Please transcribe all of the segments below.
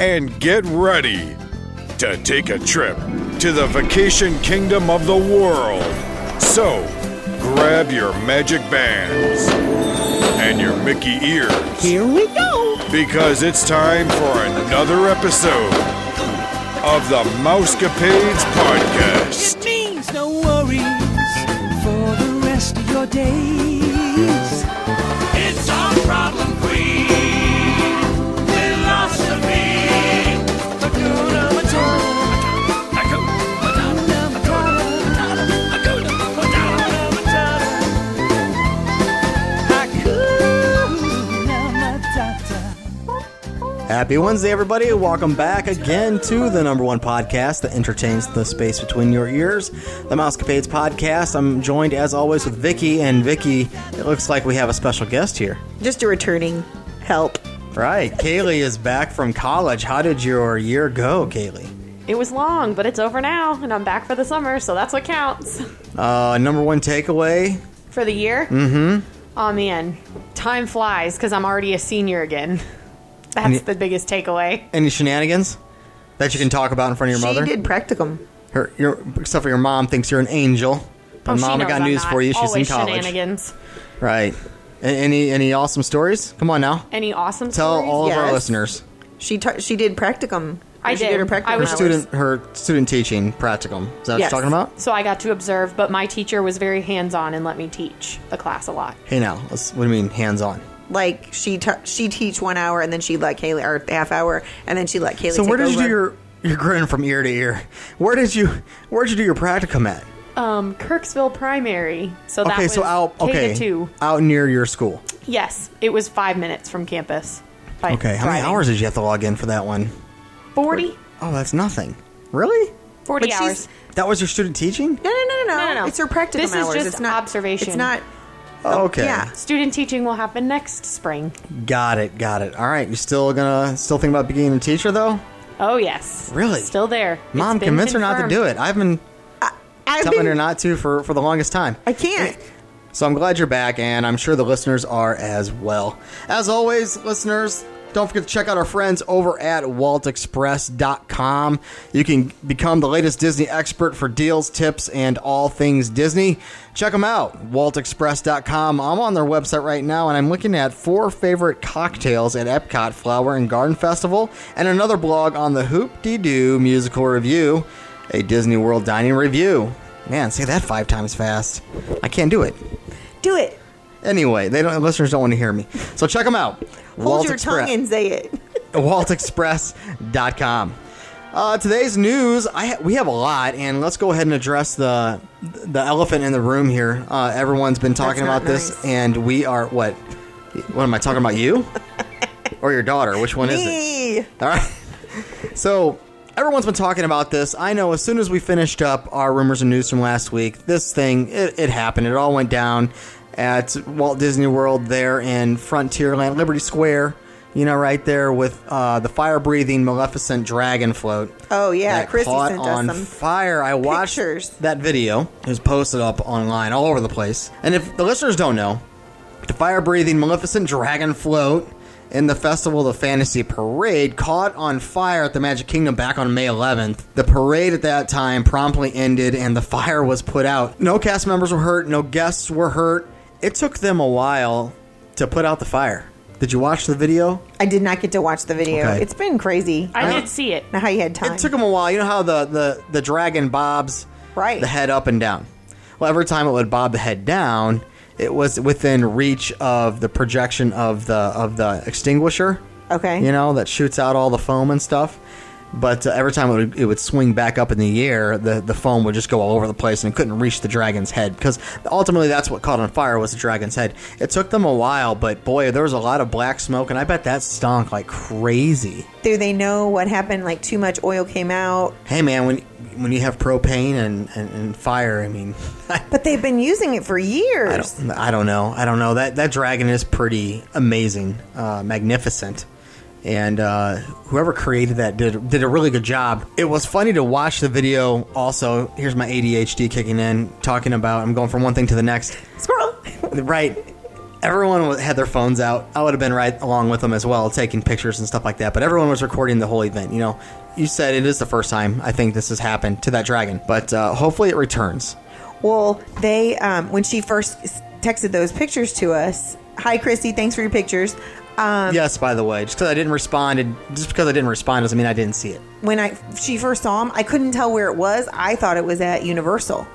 and get ready to take a trip to the vacation kingdom of the world. So, grab your magic bands and your Mickey ears. Here we go. because it's time for another episode of the Mousecapades Podcast. It means no worries for the rest of your days. It's our problem queen. Philosophy. Hakuna Matata. Hakuna Matata. Hakuna Matata. Hakuna Matata. Happy Wednesday, everybody. Welcome back again to the number one podcast that entertains the space between your ears, the Mousecapades podcast. I'm joined, as always, with Vicky. And Vicky, it looks like we have a special guest here. Just a returning help. Right. Kaylee is back from college. How did your year go, Kaylee? It was long, but it's over now, and I'm back for the summer, so that's what counts. Uh, number one takeaway? For the year? Mm-hmm. Oh man, time flies because I'm already a senior again. And y- That's the biggest takeaway. Any shenanigans that you can talk about in front of your she mother? did practicum. Her, your, except for your mom thinks you're an angel. But Oh, she mom, I knows got I'm news not. for you. She's Always in college. Shenanigans. Right. A- Any any awesome stories? Come on now. Any awesome Tell stories? all of our Yes. listeners. She ta- she did practicum. I she did. her practicum. I was hours. student her student teaching practicum. Is Yes. that what you're talking about? So I got to observe, but my teacher was very hands-on and let me teach the class a lot. Hey now, let's, what do you mean hands on? Like she t- she teach one hour and then she let Kaylee or half hour and then she let Kaylee. So where take did you do over. your your grin from ear to ear? Where did you where did you do your practicum at? Um, Kirksville Primary. So that okay, was so out K okay to two. out near your school. Yes, it was five minutes from campus. by Okay, how many driving. hours did you have to log in for that one? Forty. Oh, that's nothing. Really? 40 But she's- hours. That was your student teaching? No, no, no, no, no, No, no, no. It's her practicum This is hours. just it's not observation. It's not. Oh, Okay, Yeah. Student teaching will happen next spring. got it, got it. All right, you still gonna still think about being a teacher though? Oh yes. Really? Still there. Mom, It's been convince her not to confirmed. do it. I've been I've telling been- her not to for for the longest time. I can't. So I'm glad you're back, and I'm sure the listeners are as well. As always, listeners, don't forget to check out our friends over at waltexpress.com. You can become the latest Disney expert for deals, tips, and all things Disney. Check them out, waltexpress.com. I'm on their website right now, and I'm looking at four favorite cocktails at Epcot Flower and Garden Festival, and another blog on the Hoop De Doo musical review, a Disney World dining review. Man, say that five times fast. I can't do it. Do it. Anyway, they don't. Listeners don't want to hear me, so check them out. Hold your tongue and say it. WaltExpress.com. Uh, today's news. I ha- we have a lot, and let's go ahead and address the the elephant in the room here. Uh, everyone's been talking not about this, nice. and we are what? What am I talking about? You or your daughter? Which one is it? Eee. All right. So everyone's been talking about this. I know as soon as we finished up our rumors and news from last week, this thing it, it happened. It all went down at Walt Disney World there in Frontierland, Liberty Square. You know, right there with uh, the fire-breathing Maleficent dragon float. Oh, yeah, that Chrissy caught sent us on some fire. I watched pictures. that video. It was posted up online all over the place. And if the listeners don't know, the fire breathing Maleficent Dragon Float in the Festival of Fantasy Parade caught on fire at the Magic Kingdom back on May 11th. The parade at that time promptly ended and the fire was put out. No cast members were hurt, no guests were hurt. It took them a while to put out the fire. Did you watch the video? I did not get to watch the video. Okay. It's been crazy. I did see it. Now how you had time? It took them a while. You know how the, the, the dragon bobs Right. the head up and down? Well, every time it would bob the head down, it was within reach of the projection of the of the extinguisher. Okay. You know, that shoots out all the foam and stuff. But uh, every time it would, it would swing back up in the air, the, the foam would just go all over the place and it couldn't reach the dragon's head because ultimately that's what caught on fire was the dragon's head. It took them a while, but boy, there was a lot of black smoke, and I bet that stunk like crazy. Do they know what happened? Like too much oil came out, Hey man, when when you have propane and, and, and fire, I mean, but they've been using it for years. I don't, I don't know. I don't know. That that dragon is pretty amazing, uh, magnificent, and uh, whoever created that did did a really good job. It was funny to watch the video. Also, here's my ADHD kicking in, talking about I'm going from one thing to the next. Squirrel. Right. Everyone wa- had their phones out. I would have been right along with them as well, taking pictures and stuff like that. But everyone was recording the whole event. You know, you said it is the first time I think this has happened to that dragon, but uh, hopefully it returns. Well, they um, when she first s- texted those pictures to us. Hi, Christy. Thanks for your pictures. Um, Yes, by the way, just because I didn't respond, and just because I didn't respond doesn't mean I didn't see it. When I she first saw them, I couldn't tell where it was. I thought it was at Universal,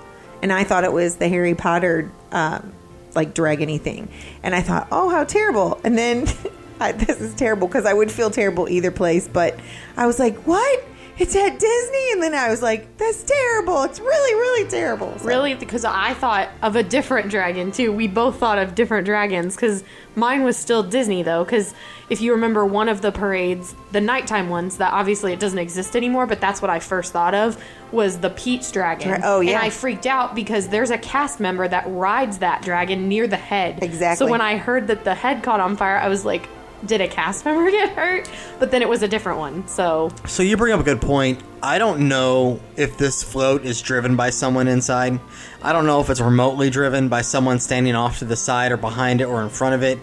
and I thought it was the Harry Potter um, like dragony thing. And I thought, oh, how terrible! And then I, this is terrible because I would feel terrible either place. But I was like, what? It's at Disney, and then I was like, that's terrible. It's really, really terrible. So- Really, because I thought of a different dragon too. We both thought of different dragons because mine was still Disney though. Because if you remember one of the parades, the nighttime ones that obviously it doesn't exist anymore, but that's what I first thought of was the peach dragon. Dra- oh, yeah. and I freaked out because there's a cast member that rides that dragon near the head. Exactly. So when I heard that the head caught on fire, I was like, did a cast member get hurt? But then it was a different one. So So you bring up a good point. I don't know if this float is driven by someone inside. I don't know if it's remotely driven by someone standing off to the side or behind it or in front of it,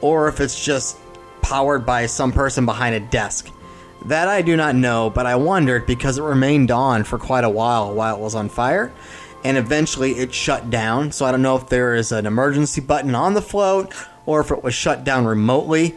or if it's just powered by some person behind a desk. That I do not know, but I wondered because it remained on for quite a while while it was on fire, and eventually it shut down. So I don't know if there is an emergency button on the float or if it was shut down remotely.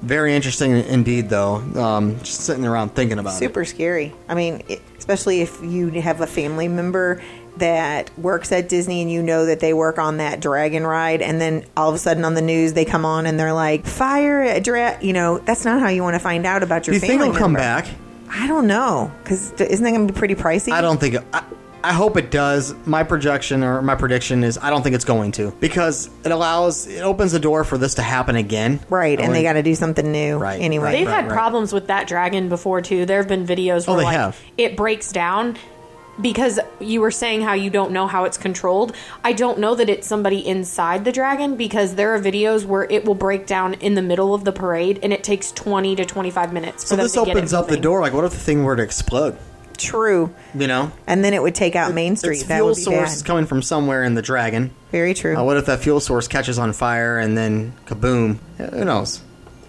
Very interesting indeed, though. Um, just sitting around thinking about it. super scary. I mean, it, especially if you have a family member that works at Disney and you know that they work on that dragon ride, and then all of a sudden on the news they come on and they're like, "Fire at dra-, You know, that's not how you want to find out about your. Do you family think it'll come member. back? I don't know because isn't that going to be pretty pricey? I don't think. It, I, I hope it does. My projection or my prediction is I don't think it's going to because it allows it opens the door for this to happen again. Right, I and they wouldn't- got to do something new Right, anyway. They've right, had right. problems with that dragon before too. There have been videos Oh, where they like have. it breaks down because you were saying how you don't know how it's controlled. I don't know that it's somebody inside the dragon because there are videos where it will break down in the middle of the parade and it takes 20 to 25 minutes. For So them this to get it opens up the moving. door. Like, what if the thing were to explode? True, You know, and then it would take out Main Street. Its that fuel would be source bad. is coming from somewhere in the dragon. Very true. Uh, what if that fuel source catches on fire and then kaboom? Who knows?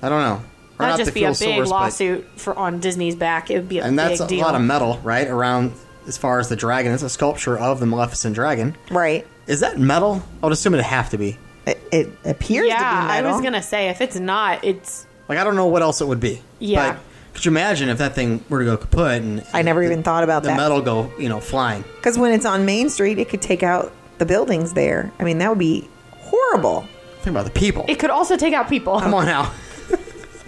I don't know. Or That'd not just the be a fuel big source, but- lawsuit for on Disney's back. It would be a and that's big a deal. lot of metal, right? Around as far as the dragon, it's a sculpture of the Maleficent dragon. right. Is that metal? I would assume it'd have to be. It, it appears. to yeah, be I metal. was going to say if it's not, it's Like I don't know what else it would be. Yeah. But could you imagine if that thing were to go kaput and I never even thought about the that. metal go you know flying? Because when it's on Main Street, it could take out the buildings there. I mean, that would be horrible. Think about the people. it could also take out people. Come on now.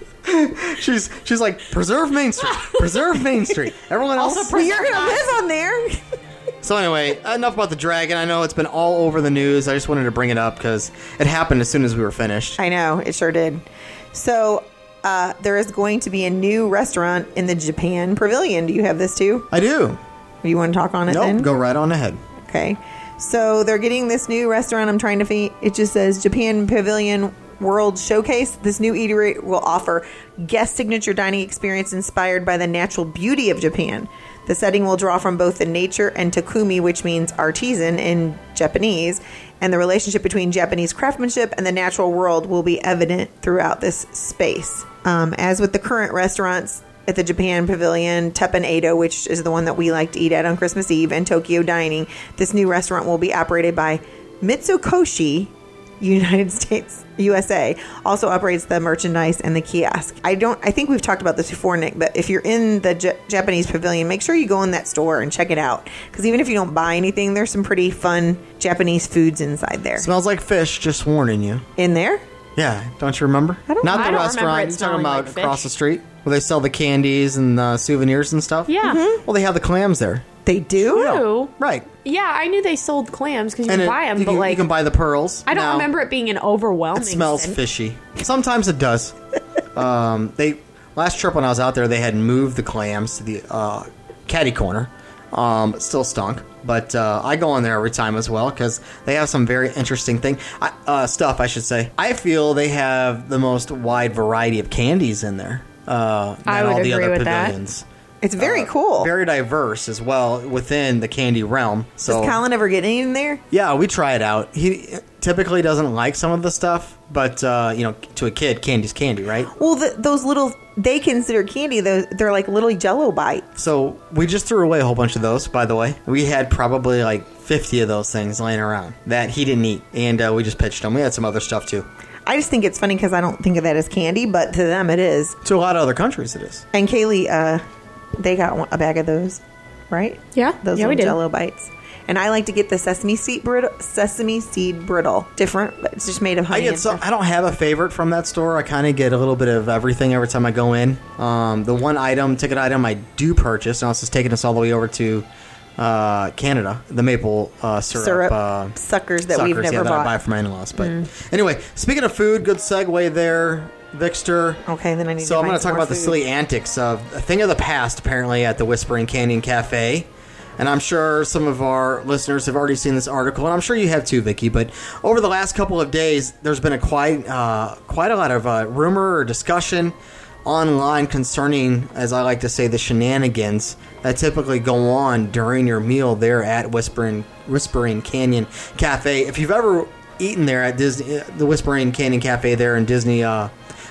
she's she's like preserve Main Street, preserve Main Street. Everyone else. Also But you're going to Nice. live on there. so anyway, enough about the dragon. I know it's been all over the news. I just wanted to bring it up because it happened as soon as we were finished. I know, it sure did. So uh, there is going to be a new restaurant in the Japan Pavilion. Do you have this too? I do. You want to talk on it then? Nope. Go right on ahead. Okay. So they're getting this new restaurant. I'm trying to feed. It just says Japan Pavilion World Showcase. This new eatery will offer guest signature dining experience inspired by the natural beauty of Japan. The setting will draw from both the nature and takumi, which means artisan in Japanese, and the relationship between Japanese craftsmanship and the natural world will be evident throughout this space. Um, as with the current restaurants, at the Japan Pavilion, Teppan Edo, which is the one that we like to eat at on Christmas Eve, and Tokyo Dining. This new restaurant will be operated by Mitsukoshi United States USA. Also operates the merchandise and the kiosk. I don't. I think we've talked about this before, Nick. But if you're in the J- Japanese Pavilion, make sure you go in that store and check it out. Because even if you don't buy anything, there's some pretty fun Japanese foods inside there. Smells like fish. Just warning you. In there. Yeah. Don't you remember? I don't- Not the I don't remember restaurant. it You're talking smelling about like fish. across the street. where they sell the candies and the souvenirs and stuff. Yeah. Well, they have the clams there. They do? True. Mm-hmm. Right. Yeah, I knew they sold clams because you can it- buy them, you but can, like you can buy the pearls. I don't now. remember it being an overwhelming. It smells scent. fishy. Sometimes it does. um, they last trip when I was out there, they had moved the clams to the uh, caddy corner. Um, it still stunk, but uh, I go on there every time as well because they have some very interesting thing I, uh, stuff. I should say. I feel they have the most wide variety of candies in there uh, than I would all the agree other with that. pavilions. It's very cool. Very diverse as well within the candy realm. So Does Colin ever get any in there? yeah, we try it out. He typically doesn't like some of the stuff, but uh, you know, to a kid, candy's candy, right? Well, the, those little they consider candy. Those they're like little Jello bites. So we just threw away a whole bunch of those. By the way, we had probably like fifty of those things laying around that he didn't eat, and uh, we just pitched them. We had some other stuff too. I just think it's funny because I don't think of that as candy, but to them it is. To a lot of other countries, it is. And Kaylee, uh, they got one- a bag of those, right? Yeah. those Yeah, we little did. Jello bites. And I like to get the sesame seed brittle, sesame seed brittle, different, but it's just made of I honey. get and so stuff. I don't have a favorite from that store. I kind of get a little bit of everything every time I go in. Um, the one item, ticket item, I do purchase, and this is taking us all the way over to uh, Canada. The maple uh, syrup, syrup Uh, suckers that we've suckers, yeah, never that I buy bought. Mm. from my in-laws. But anyway, speaking of food, good segue there, Vixter. Okay, then I need. So to I'm going going to talk about the silly antics of a thing of the past, apparently at the Whispering Canyon Cafe. And I'm sure some of our listeners have already seen this article, and I'm sure you have too, Vicky. But over the last couple of days, there's been a quite uh, quite a lot of uh, rumor or discussion online concerning, as I like to say, the shenanigans that typically go on during your meal there at Whispering Whispering Canyon Cafe. If you've ever eaten there at Disney, uh, the Whispering Canyon Cafe there in Disney uh,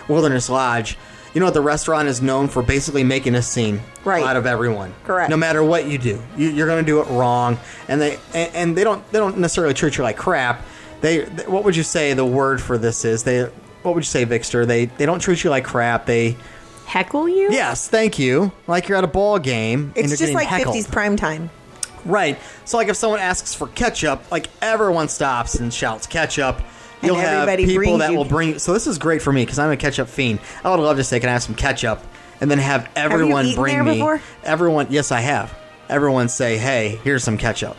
Wilderness Lodge, you know what the restaurant is known for basically making a scene Right. out of everyone. Correct. No matter what you do, you, you're going to do it wrong, and they and, and they don't they don't necessarily treat you like crap. They th- what would you say the word for this is they. What would you say, Vixter? They they don't treat you like crap. They Heckle you? Yes, thank you. Like you're at a ball game. It's and you're just getting like heckled. 50s prime time. Right. So like if someone asks for ketchup, like everyone stops and shouts ketchup. And You'll have everybody people brings that you- will bring. So this is great for me because I'm a ketchup fiend. I would love to say, "Can I have some ketchup?" And then have everyone eaten bring there me. before? Everyone, yes, I have. Everyone say, "Hey, here's some ketchup."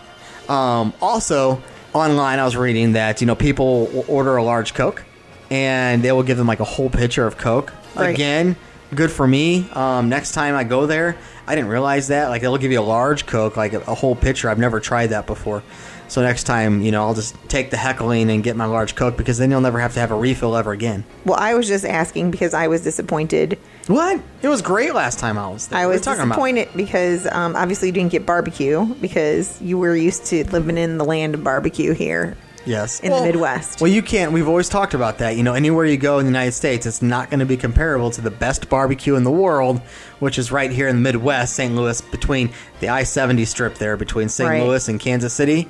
Um, also, online, I was reading that you know people will order a large Coke, and they will give them like a whole pitcher of Coke. Right. Again, good for me. Um, next time I go there, I didn't realize that. Like they'll give you a large Coke, like a, a whole pitcher. I've never tried that before. So next time, you know, I'll just take the heckling and get my large Coke because then you'll never have to have a refill ever again. Well, I was just asking because I was disappointed What? It was great last time I was there. I What are was you talking about? disappointed because um, obviously you didn't get barbecue because you were used to living in the land of barbecue here. Yes. in the Midwest. Well, you can't. We've always talked about that. You know, anywhere you go in the United States, it's not going to be comparable to the best barbecue in the world, which is right here in the Midwest, St. Louis, between the I 70 strip there, between St. Right. Louis and Kansas City.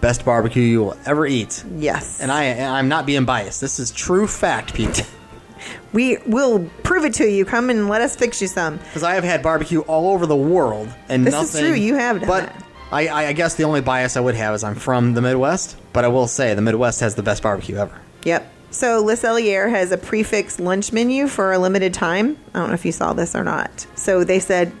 Best barbecue you will ever eat. Yes. And I, and I'm not being biased. This is true fact, people. We will prove it to you. Come and let us fix you some. Because I have had barbecue all over the world, and This is nothing. true, you have done But that. I, I I guess the only bias I would have is I'm from the Midwest. But I will say the Midwest has the best barbecue ever. Yep. So Le Cellier has a prefix lunch menu for a limited time. I don't know if you saw this or not. So they said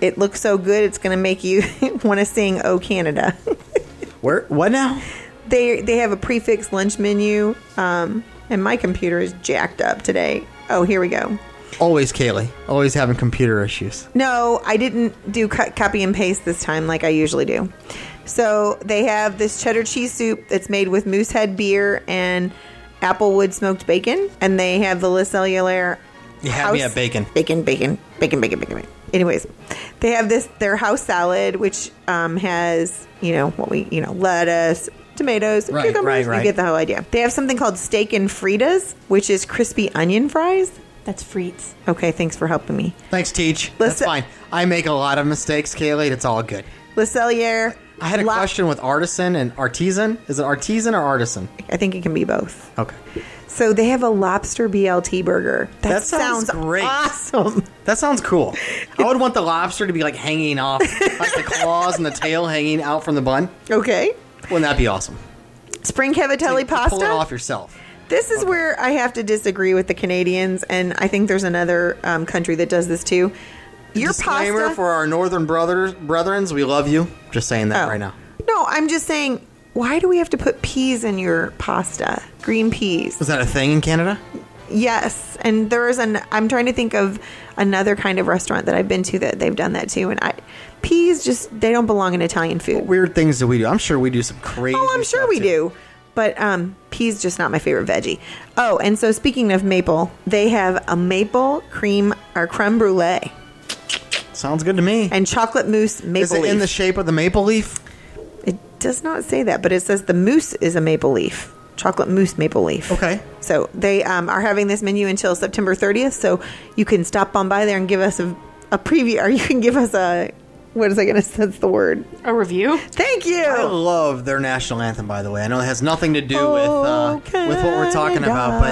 it looks so good it's going to make you want to sing "Oh Canada." Where? What now? they they have a prefix lunch menu, um, and my computer is jacked up today. Oh, here we go. Always Kaylee. Always having computer issues. No, I didn't do cut, copy and paste this time like I usually do. So they have this cheddar cheese soup that's made with moose head beer and applewood smoked bacon, and they have the Le Cellular. You had me at bacon. Bacon, bacon, bacon, bacon, bacon, bacon. Anyways, they have this their house salad, which um, has you know what we you know lettuce, tomatoes, Right, cucumbers. right, right. You get the whole idea. They have something called steak and fritas, which is crispy onion fries. That's frites. Okay, thanks for helping me. Thanks, Teach. That's Listen- fine. I make a lot of mistakes, Kaylee. and It's all good. Le Cellier. I had a La- question with artisan and artisan. Is it artisan or artisan? I think it can be both. Okay. So they have a lobster BLT burger. That, That sounds great. awesome. That sounds cool. I would want the lobster to be like hanging off, like the claws and the tail hanging out from the bun. Okay. Wouldn't that be awesome? Spring cavatelli Like, to pasta. Pull it off yourself. This is where I have to disagree with the Canadians, and I think there's another um, country that does this too. Your Disclaimer pasta for our northern brothers, brethrens, we love you. Just saying that Oh. right now. No, I'm just saying. Why do we have to put peas in your pasta? Green peas. Is that a thing in Canada? Yes, and there is an. I'm trying to think of another kind of restaurant that I've been to that they've done that too. And I, peas just they don't belong in Italian food. Weird things that we do. I'm sure we do some crazy. Oh, I'm sure stuff, we too. do, but um, peas just not my favorite veggie. Oh, and so speaking of maple, they have a maple cream or creme brulee Sounds good to me. and chocolate mousse maple Is it leaf. in the shape of the maple leaf? it does not say that, but it says the mousse is a maple leaf. Chocolate mousse maple leaf. Okay. So they um, are having this menu until September 30th. So you can stop on by there and give us a, a preview, or you can give us a what is I going to sense the word? A review? Thank you. I love their national anthem, by the way. I know it has nothing to do with uh, with what we're talking about,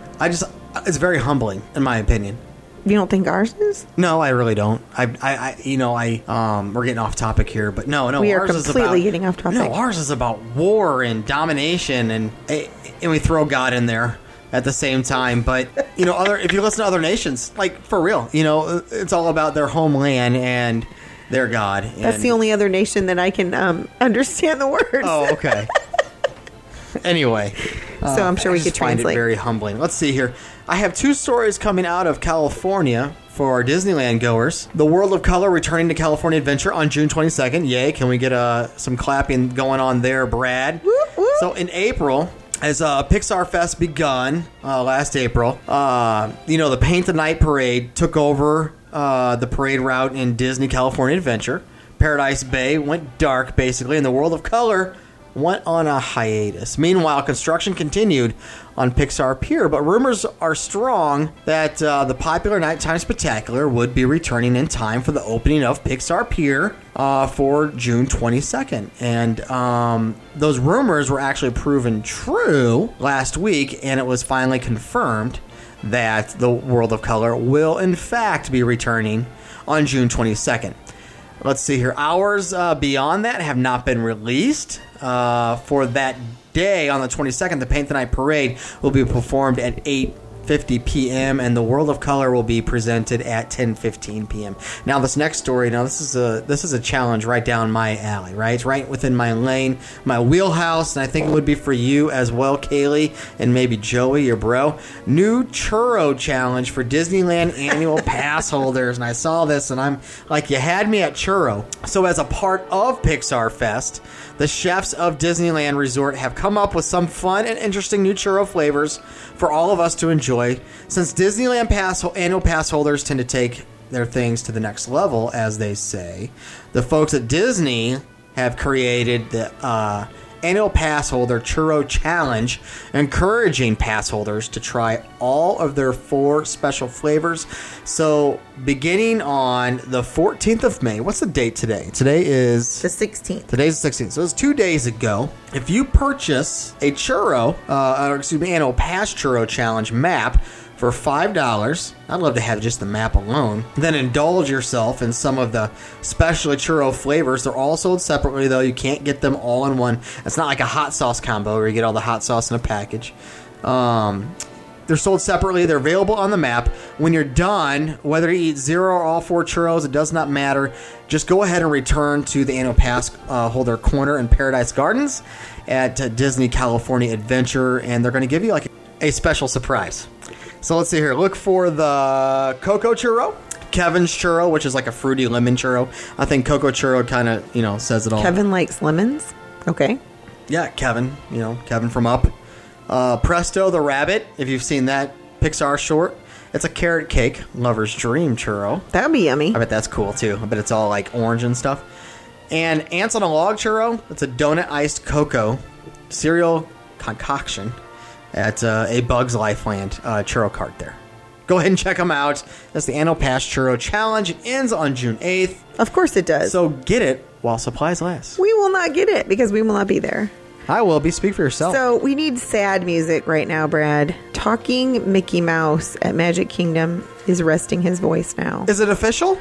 but I just uh, it's very humbling, in my opinion. you don't think ours is? No, I really don't. I, I, I you know, I um, we're getting off topic here, but no, no, We are ours is completely about- getting off topic. No, ours is about war and domination, and eh, and we throw God in there at the same time. But you know, other if you listen to other nations, like for real, you know, it's all about their homeland and their God. That's and- the only other nation that I can um, understand the words. Oh, okay. anyway, so I'm sure Um, I we just could translate. Find it very humbling. Let's see here. I have two stories coming out of California for our Disneyland goers. The World of Color returning to California Adventure on June 22nd. Yay! Can we get uh, some clapping going on there, Brad? whoop. So in April. As uh, Pixar Fest begun uh, last April, uh, you know the Paint the Night parade took over uh, the parade route in Disney California Adventure. Paradise Bay went dark basically, and the World of Color went on a hiatus. Meanwhile, construction continued on Pixar Pier, but rumors are strong that uh, the popular nighttime spectacular would be returning in time for the opening of Pixar Pier uh, for June 22nd. And um, those rumors were actually proven true last week, and it was finally confirmed that the World of Color will, in fact, be returning on June 22nd. Let's see here. Hours uh, beyond that have not been released. Uh, for that day on the 22nd, the Paint the Night Parade will be performed at 8:50 p.m. and the World of Color will be presented at 10:15 p.m. Now, this next story. Now, this is a this is a challenge right down my alley. Right, it's right within my lane, my wheelhouse, and I think it would be for you as well, Kaylee, and maybe Joey, your bro. New churro challenge for Disneyland annual pass holders, and I saw this, and I'm like, you had me at churro. So, as a part of Pixar Fest, the chefs of Disneyland Resort have come up with some fun and interesting new churro flavors for all of us to enjoy. Since Disneyland pass annual pass holders tend to take their things to the next level, as they say, the folks at Disney have created the. Uh, Annual pass holder churro challenge, encouraging pass holders to try all of their four special flavors. So, beginning on the 14th of May, what's the date today? Today is the 16th. Today's the 16th, so it's two days ago. If you purchase a churro, uh, or excuse me, an El Pass Churro Challenge map for $5, I'd love to have just the map alone, then indulge yourself in some of the special churro flavors. They're all sold separately, though. You can't get them all in one. It's not like a hot sauce combo where you get all the hot sauce in a package. Um, they're sold separately. They're available on the map. When you're done, whether you eat zero or all four churros, it does not matter. Just go ahead and return to the annual pass uh, holder corner in Paradise Gardens at uh, Disney California Adventure, and they're going to give you like a special surprise. So let's see here. Look for the Coco Churro, Kevin's Churro, which is like a fruity lemon churro. I think Coco Churro kind of you know says it all. Kevin likes lemons. Okay. Yeah, Kevin. You know, Kevin from Up. Uh, Presto the Rabbit, if you've seen that Pixar short. It's a carrot cake, lover's dream churro. That would be yummy. I bet that's cool too. I bet it's all like orange and stuff. And Ants on a Log churro, it's a donut iced cocoa cereal concoction at uh, a Bugs Life Land uh, churro cart there. Go ahead and check them out. That's the Anno Pass Churro Challenge. It ends on June 8th. Of course it does. So get it while supplies last. we will not get it because we will not be there. I will be. Speak for yourself. So we need sad music right now, Brad. Talking Mickey Mouse at Magic Kingdom is resting his voice now. Is it official?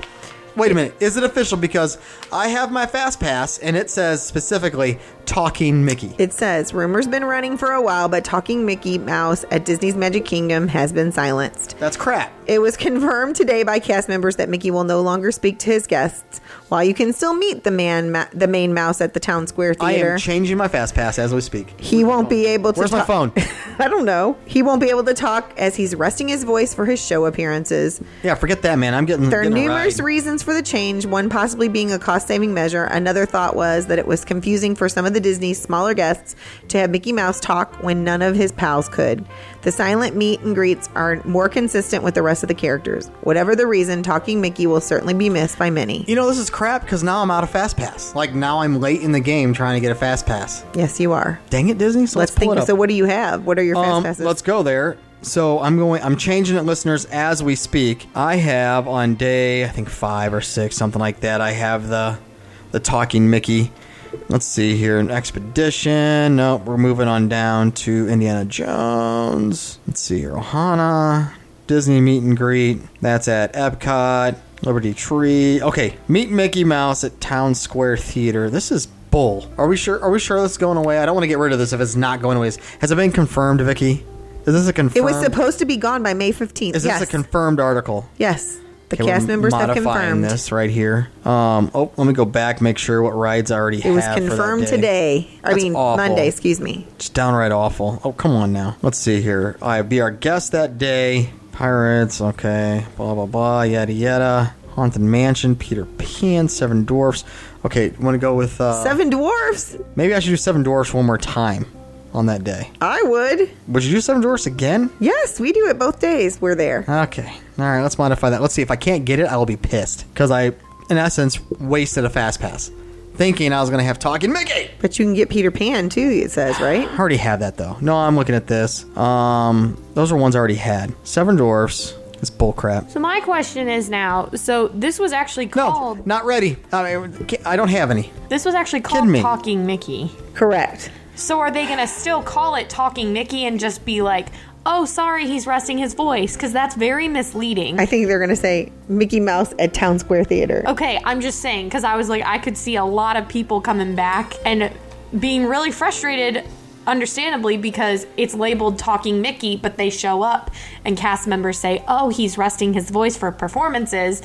Wait a minute. Is it official? Because I have my fast pass and it says specifically talking Mickey. It says rumors been running for a while, but talking Mickey Mouse at Disney's Magic Kingdom has been silenced. That's crap. It was confirmed today by cast members that Mickey will no longer speak to his guests. While you can still meet the man, ma- the main mouse at the town square I theater, am changing my fast pass as we speak. he won't be able to. Where's my talk- phone? I don't know. He won't be able to talk as he's resting his voice for his show appearances. Yeah, forget that, man. I'm getting There are getting a numerous ride. reasons for the change, one possibly being a cost saving measure. Another thought was that it was confusing for some of the Disney's smaller guests to have Mickey Mouse talk when none of his pals could. The silent meet and greets are more consistent with the rest of the characters. Whatever the reason, talking Mickey will certainly be missed by many. You know this is crap because now I'm out of fast pass. Like now I'm late in the game trying to get a fast pass. Yes, you are. Dang it, Disney! So Let's let's, think. Pull it up. So, what do you have? What are your fast Um, passes? let's go there. So I'm going. I'm changing it, listeners, as we speak. I have on day I think five or six, something like that. I have the the talking Mickey. Let's see here. An expedition. Nope. We're moving on down to Indiana Jones. Let's see here. Ohana. Disney meet and greet. That's at Epcot. Liberty Tree. Okay. Meet Mickey Mouse at Town Square Theater. This is bull. Are we sure? Are we sure this is going away? I don't want to get rid of this if it's not going away. Has it been confirmed, Vicky? Is this a confirmed? it was supposed to be gone by May 15th. Is this yes. a confirmed article? yes. The Okay, we're cast members have modifying confirmed. this right here. Um, oh, let me go back, make sure what rides I already It was have for that confirmed day. today. I That's mean, awful. Monday, excuse me. It's downright awful. Oh, come on now. Let's see here. I be our guest that day. Pirates, okay. Blah, blah, blah. Yada, yada. Haunted Mansion, Peter Pan, Seven Dwarfs. Okay, want to go with. Uh, Seven Dwarfs? Maybe I should do Seven Dwarfs one more time on that day. I would. Would you do Seven Dwarfs again? Yes, we do it both days. We're there. Okay. All right, let's modify that. Let's see. If I can't get it, I will be pissed. Because I, in essence, wasted a fast pass. Thinking I was going to have Talking Mickey. But you can get Peter Pan too, it says, right? I already have that, though. No, I'm looking at this. Um, Those are ones I already had. Seven Dwarfs. It's bullcrap. So my question is now. So this was actually No, called. not ready. I, mean, I don't have any. This was actually called Kidding me. Talking Mickey. Correct. So are they gonna still call it Talking Mickey and just be like, "Oh, sorry, he's resting his voice," because that's very misleading. I think they're going to say Mickey Mouse at Town Square Theater. okay, I'm just saying because I was like, I could see a lot of people coming back and being really frustrated. Understandably, because it's labeled Talking Mickey, but they show up and cast members say, Oh, he's resting his voice for performances.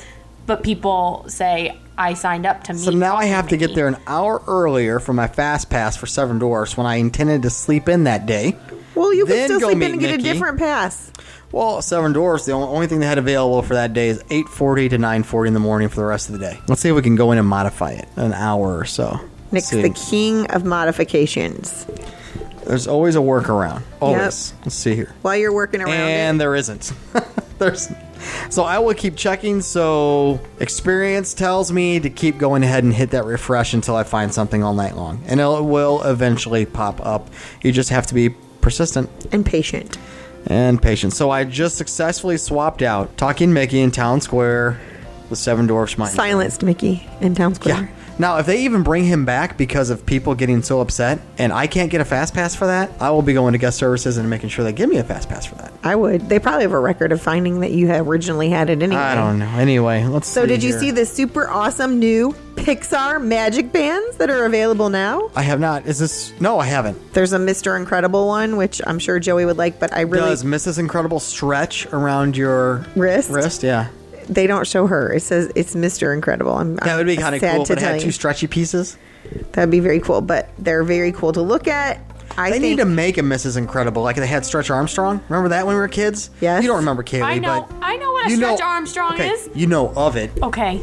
But people say, I signed up to meet. So now I Talking have to get Mickey." there an hour earlier for my fast pass for Seven Dwarfs when I intended to sleep in that day. Well, you can Then still go sleep in meet and get Mickey. a different pass. Well, Seven Dwarfs, the only, only thing they had available for that day is 8.40 to 9.40 in the morning for the rest of the day. Let's see if we can go in and modify it an hour or so. Nick's See. the king of modifications. There's always a workaround. Always. Yep. Let's see here. While you're working around And it. there isn't. There's... So I will keep checking. So experience tells me to keep going ahead and hit that refresh until I find something all night long. And it will eventually pop up. You just have to be persistent. And patient. and patience. So I just successfully swapped out Talking Mickey in Town Square with Seven Dwarfs Mine. Silenced Mickey in Town Square. Yeah. Now, if they even bring him back because of people getting so upset, and I can't get a fast pass for that, I will be going to guest services and making sure they give me a fast pass for that. I would. They probably have a record of finding that you had originally had it anyway. I don't know. Anyway, let's. So, did you here. see the super awesome new Pixar magic bands that are available now? I have not. Is this? No, I haven't. There's a Mr. Incredible one, which I'm sure Joey would like, but I really Does Mrs. Incredible stretch around your Wrist? Wrist, yeah. they don't show her. It says it's Mr. Incredible. I'm That would be kind of sad cool if to it tell had you. two stretchy pieces. That'd be very cool, but they're very cool to look at. I They think need to make a Mrs. Incredible like they had Stretch Armstrong. Remember that when we were kids? Yes. You don't remember Kaylee, I know- but I know what a you Stretch Armstrong okay, is. You know of it. Okay.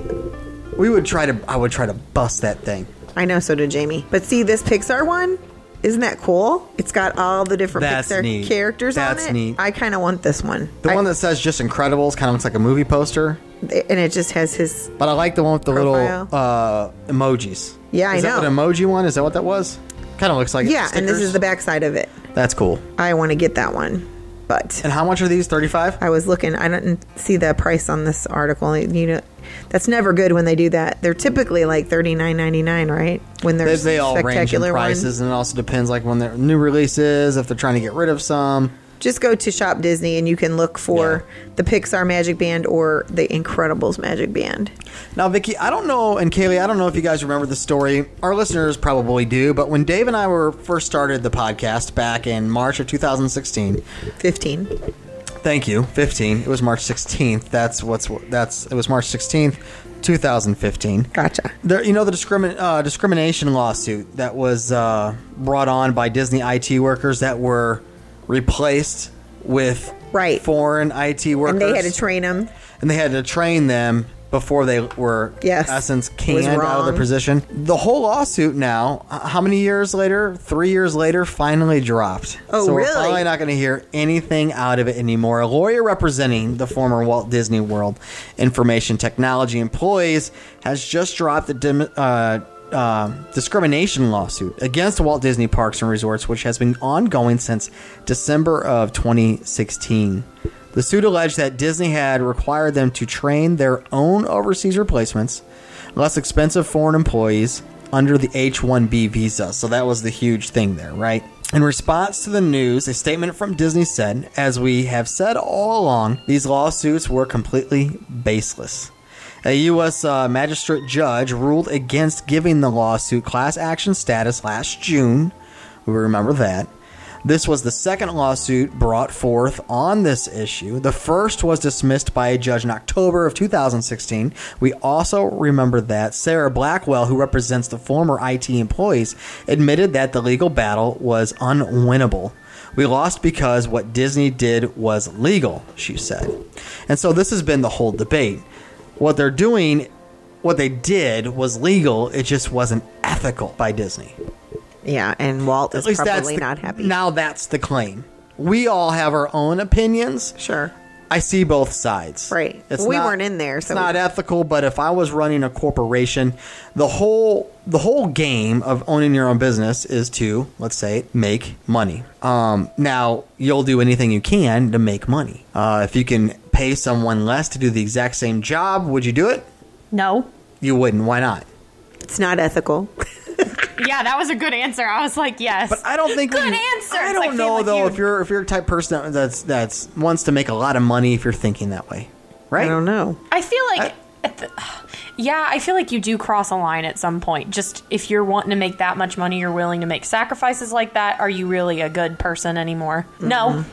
We would try to. I would try to bust that thing. I know so did Jamie. But see this Pixar one, isn't that cool? It's got all the different That's Pixar neat. characters That's on it. neat. I kind of want this one. The I- one that says just Incredibles kind of looks like a movie poster, and it just has his but I like the one with the Profile. little uh, emojis. Yeah, I is know. that an emoji one? Is that what that was? Kind of looks like yeah, and this stickers. is the backside of it. That's cool. I want to get that one, but And how much are these? Thirty-five. I was looking. I didn't see the price on this article. You know, that's never good when they do that. They're typically like thirty nine ninety nine, right? When They, they're they all range in spectacular prices, and it also depends like when their new release is, if they're trying to get rid of some. Just go to Shop Disney and you can look for the Pixar Magic Band or the Incredibles Magic Band. Now, Vicky, I don't know, and Kaylee, I don't know if you guys remember the story. Our listeners probably do, but when Dave and I were first started the podcast back in March of 2016, 15. Thank you. 15. It was March 16th. That's what's that's it was March 16th, 2015. Gotcha. There, you know the discrimin- uh, discrimination lawsuit that was uh, brought on by Disney IT workers that were replaced with Right. foreign IT And workers, they had to train them. and they had to train them before they were Yes. in essence Was canned out of their wrong. position. The whole lawsuit now, h- how many years later? Three years later, finally dropped. Oh, so really? We're finally not going to hear anything out of it anymore. A lawyer representing the former Walt Disney World information technology employees has just dropped the. Dim- uh, uh, discrimination lawsuit against Walt Disney Parks and Resorts, which has been ongoing since December of 2016. The suit alleged that Disney had required them to train their own overseas replacements, less expensive foreign employees under the H 1B visa. So that was the huge thing there, right? In response to the news, a statement from Disney said, As we have said all along, these lawsuits were completely baseless. A U.S. Uh, magistrate judge ruled against giving the lawsuit class action status last June. We remember that. This was the second lawsuit brought forth on this issue. The first was dismissed by a judge in October of 2016. We also remember that Sarah Blackwell, who represents the former IT employees, admitted that the legal battle was unwinnable. We lost because what Disney did was legal, she said. And so this has been the whole debate. What they're doing, what they did was legal, it just wasn't ethical by Disney. Yeah, and Walt is At least that's probably the- not happy. Now that's the claim. We all have our own opinions. Sure. I see both sides. Right. We weren't in there, it's so- not ethical. But if I was running a corporation, the whole the whole game of owning your own business is to let's say make money. Um, now you'll do anything you can to make money. Uh, if you can pay someone less to do the exact same job, would you do it? No. You wouldn't. Why not? It's not ethical. Yeah, that was a good answer. I was like, yes. But I don't think Good when you- answer. I It's don't like know feeling though you- if you're if you're a type of person that, that's that's wants to make a lot of money if you're thinking that way, right? I don't know. I feel like, at the- yeah, I feel like you do cross a line at some point. Just if you're wanting to make that much money, you're willing to make sacrifices like that. Are you really a good person anymore? No. Mm-hmm.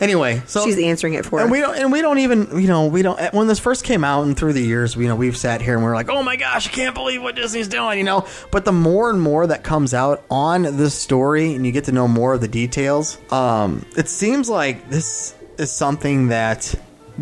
Anyway, so She's answering it for and us. we don't and we don't even you know we don't when this first came out and through the years you know we've sat here and we're like oh my gosh I can't believe what Disney's doing you know but the more and more that comes out on this story and you get to know more of the details um, it seems like this is something that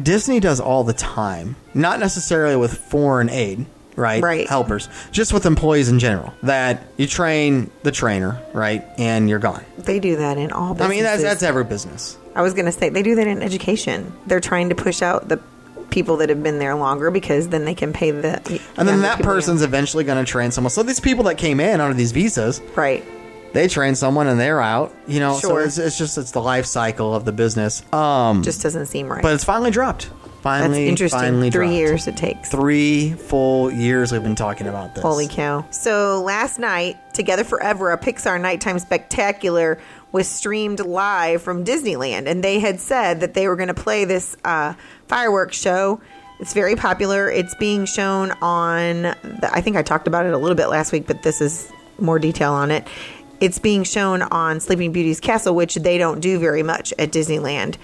Disney does all the time not necessarily with foreign aid right Right. helpers just with employees in general that you train the trainer right and you're gone They do that in all I businesses. mean that's that's every business I was going to say they do that in education. They're trying to push out the people that have been there longer because then they can pay the And younger then that people person's eventually going to train someone. So these people that came in under these visas, young. right. they train someone and they're out. You know, so Sure. it's, it's just it's the life cycle of the business. Um, Just doesn't seem right. but it's finally dropped. that's Finally, interesting. Finally Three dropped. years it takes. Three full years we've been talking about this. Holy cow. So last night, Together Forever, a Pixar nighttime spectacular, was streamed live from Disneyland. And they had said that they were going to play this uh, fireworks show. It's very popular. It's being shown on, the, I think I talked about it a little bit last week, but this is more detail on it. It's being shown on Sleeping Beauty's Castle, which they don't do very much at Disneyland.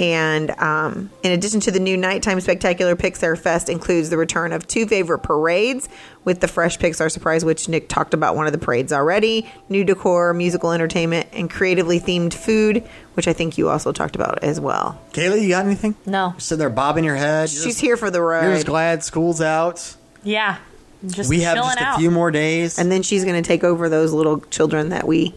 And um, in addition to the new nighttime spectacular, Pixar Fest includes the return of two favorite parades with the fresh Pixar surprise, which Nick talked about one of the parades already, new decor, musical entertainment, and creatively themed food, which I think you also talked about as well. Kaylee, you got anything? No. You're sitting there bobbing your head. You're She's just, here for the You're just ride. glad school's out. Yeah. Just we have chilling just out. a few more days. And then she's going to take over those little children that we.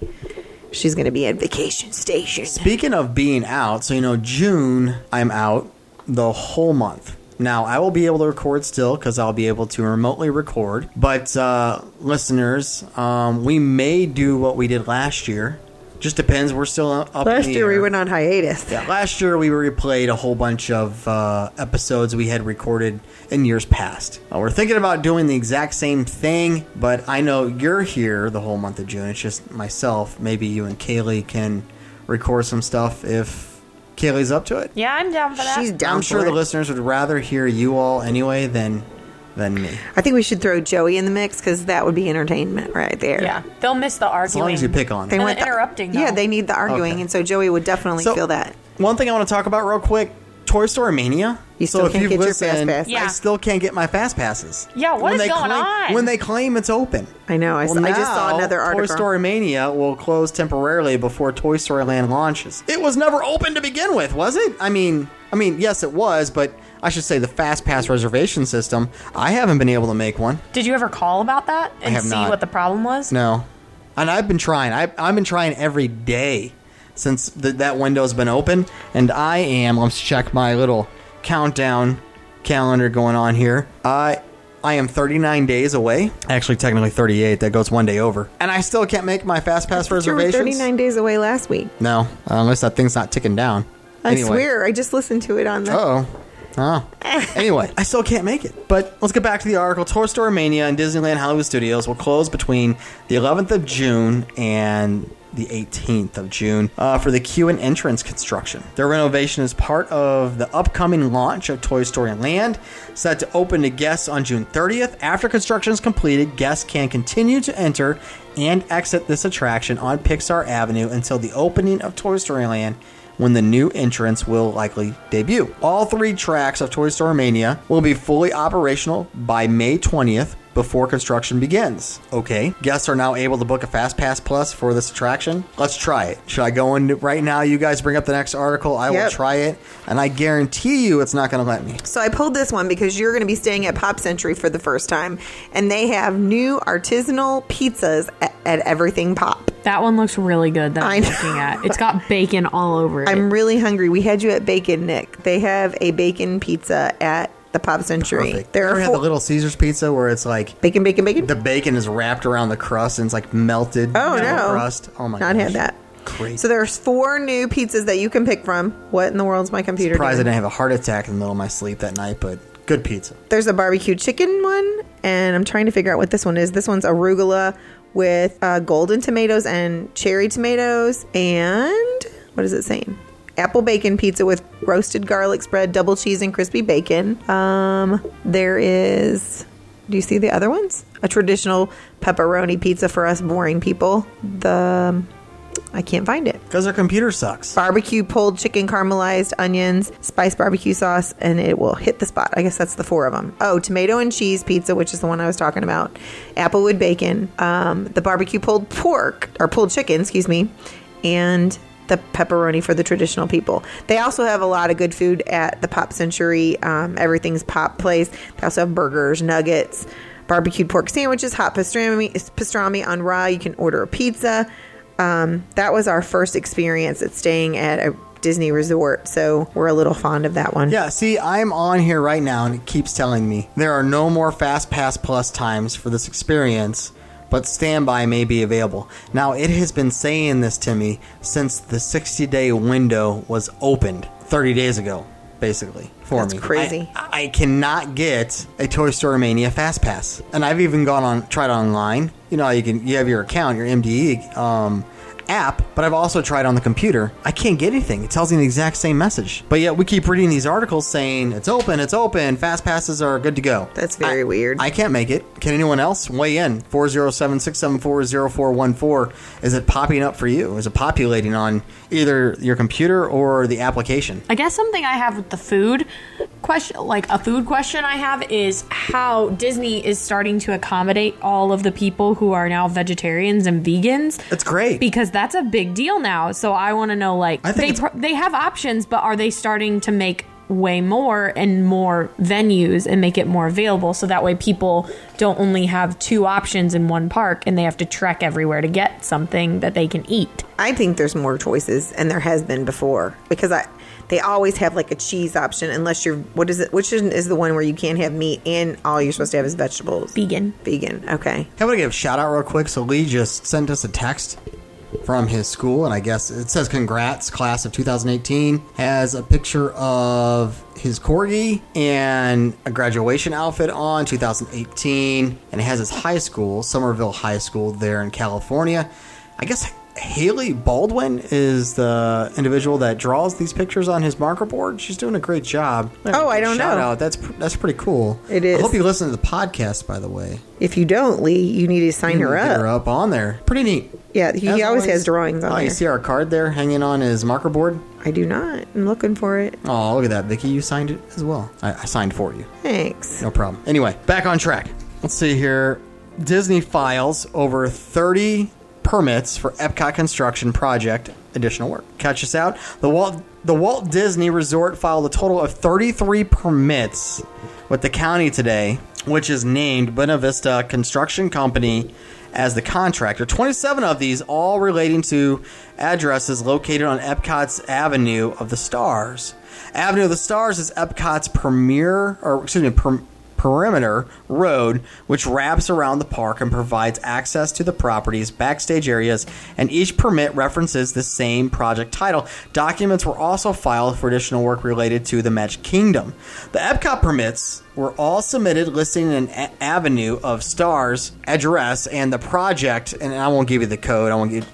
She's going to be at vacation station. Speaking of being out, so you know, June, I'm out the whole month. Now, I will be able to record still because I'll be able to remotely record. But, uh, listeners, um, we may do what we did last year. Just depends. We're still up. in Last the year we air. went on hiatus. Yeah, last year we replayed a whole bunch of uh, episodes we had recorded in years past. Uh, we're thinking about doing the exact same thing, but I know you're here the whole month of June. It's just myself. Maybe you and Kaylee can record some stuff if Kaylee's up to it. Yeah, I'm down for that. She's down. I'm for sure the it. listeners would rather hear you all anyway than than me. I think we should throw Joey in the mix because that would be entertainment right there. yeah, they'll miss the arguing. As long as you pick on. They And want the the- interrupting, Yeah, though. they need the arguing, Okay. and so Joey would definitely So- feel that. One thing I want to talk about real quick: Toy Story Mania. You still so if can't you've get your listened, Fast Pass. Yeah. I still can't get my fast passes. Yeah, what what is is going claim, on? When they claim it's open. I know. I, s- I just saw now, another article. Toy Story Mania will close temporarily before Toy Story Land launches. It was never open to begin with, was it? I mean, I mean, yes, it was, but I should say the Fast Pass reservation system. I haven't been able to make one. Did you ever call about that and have see not. what the problem was? No, and I've been trying. I, I've been trying every day since th- that window's been open, and I am. Let's check my little countdown calendar going on here. I. I am 39 days away. Actually, technically 38. That goes one day over, and I still can't make my fast pass You were reservations. 39 days away last week. No, Uh, unless that thing's not ticking down. I swear, I just listened to it on the. Oh. Oh. anyway, I still can't make it. But let's get back to the article. Toy Story Mania and Disneyland Hollywood Studios will close between the 11th of June and the 18th of June uh, for the queue and entrance construction. Their renovation is part of the upcoming launch of Toy Story Land, set to open to guests on June 30th. After construction is completed, guests can continue to enter and exit this attraction on Pixar Avenue until the opening of Toy Story Land when the new entrance will likely debut. All three tracks of Toy Story Mania will be fully operational by May 20th before construction begins. Okay, guests are now able to book a Fast Pass Plus for this attraction. Let's try it. Should I go in right now? You guys bring up the next article. I will Yep. try it, and I guarantee you it's not going to let me. So I pulled this one because you're going to be staying at Pop Century for the first time, and they have new artisanal pizzas at, at Everything Pop. That one looks really good that I I'm know. looking at. It's got bacon all over it. I'm really hungry. We had you at Bacon Nick. They have a bacon pizza at the Pop Century. Perfect. There Ever are had the four- Little Caesars pizza where it's like bacon, bacon, bacon. the bacon is wrapped around the crust and it's like melted. oh into the no, crust. Oh my! not gosh. had that. Great. So there's four new pizzas that you can pick from. What in the world's my computer? surprised I doing? didn't have a heart attack in the middle of my sleep that night, but good pizza. There's a barbecue chicken one, and I'm trying to figure out what this one is. This one's arugula with uh, golden tomatoes and cherry tomatoes, and what is it saying? Apple bacon pizza with roasted garlic spread, double cheese, and crispy bacon. Um, there is. Do you see the other ones? A traditional pepperoni pizza for us boring people. The I can't find it Because our computer sucks. barbecue pulled chicken caramelized onions spiced barbecue sauce and it will hit the spot i guess that's the four of them oh tomato and cheese pizza which is the one i was talking about applewood bacon um, the barbecue pulled pork or pulled chicken excuse me and the pepperoni for the traditional people they also have a lot of good food at the pop century um, everything's pop place they also have burgers nuggets barbecued pork sandwiches hot pastrami pastrami on raw you can order a pizza um, that was our first experience at staying at a Disney resort, so we're a little fond of that one. Yeah, see, I'm on here right now and it keeps telling me there are no more Fast Pass Plus times for this experience, but standby may be available. Now, it has been saying this to me since the 60 day window was opened 30 days ago, basically, for That's me. crazy. I, I cannot get a Toy Story Mania Fast Pass. And I've even gone on, tried online. You know, you can you have your account, your MDE. Um, app, but I've also tried on the computer. I can't get anything. It tells me the exact same message. But yet we keep reading these articles saying it's open, it's open, fast passes are good to go. That's very I- weird. I can't make it. Can anyone else weigh in? 407-674-0414. Is it popping up for you? Is it populating on either your computer or the application? I guess something I have with the food question, like a food question I have, is how Disney is starting to accommodate all of the people who are now vegetarians and vegans. That's great. because that's a big deal now. So I want to know, like, I think they it's- pro- they have options, but are they starting to make way more and more venues and make it more available so that way people don't only have two options in one park and they have to trek everywhere to get something that they can eat. I think there's more choices, and there has been before because I they always have like a cheese option unless you're what is it? Which is, is the one where you can't have meat and all you're supposed to have is vegetables? Vegan. Vegan. Okay. Hey, I want to give a shout out real quick. So Lee just sent us a text from his school, and I guess it says "Congrats, class of 2018." Has a picture of his corgi and a graduation outfit on 2018, and it has his high school, Somerville High School, there in California. I guess Haley Baldwin is the individual that draws these pictures on his marker board. She's doing a great job. Oh, I don't Shout know. Out. That's pr- that's pretty cool. It is. I hope you listen to the podcast, by the way. If you don't, Lee, you need to sign her Get up. Mm, her up on there. Pretty neat. Yeah, he As always has drawings on Oh, you there. see our card there hanging on his marker board? I do not. I'm looking for it. Oh, look at that, Vicky. You signed it as well. I, I signed for you. Thanks. No problem. Anyway, back on track. Let's see here. Disney files over 30 permits for Epcot construction project additional work. Catch us out. The Walt the Walt Disney Resort filed a total of 33 permits with the county today, which is named Buena Vista Construction Company as the contractor. 27 of these all relating to addresses located on Epcot's Avenue of the Stars. Avenue of the Stars is Epcot's premier, or excuse me, per, perimeter road, which wraps around the park and provides access to the property's backstage areas. And each permit references the same project title. Documents were also filed for additional work related to the Magic Kingdom. The Epcot permits were all submitted listing an a- avenue of stars, address, and the project. And I won't give you the code. I won't give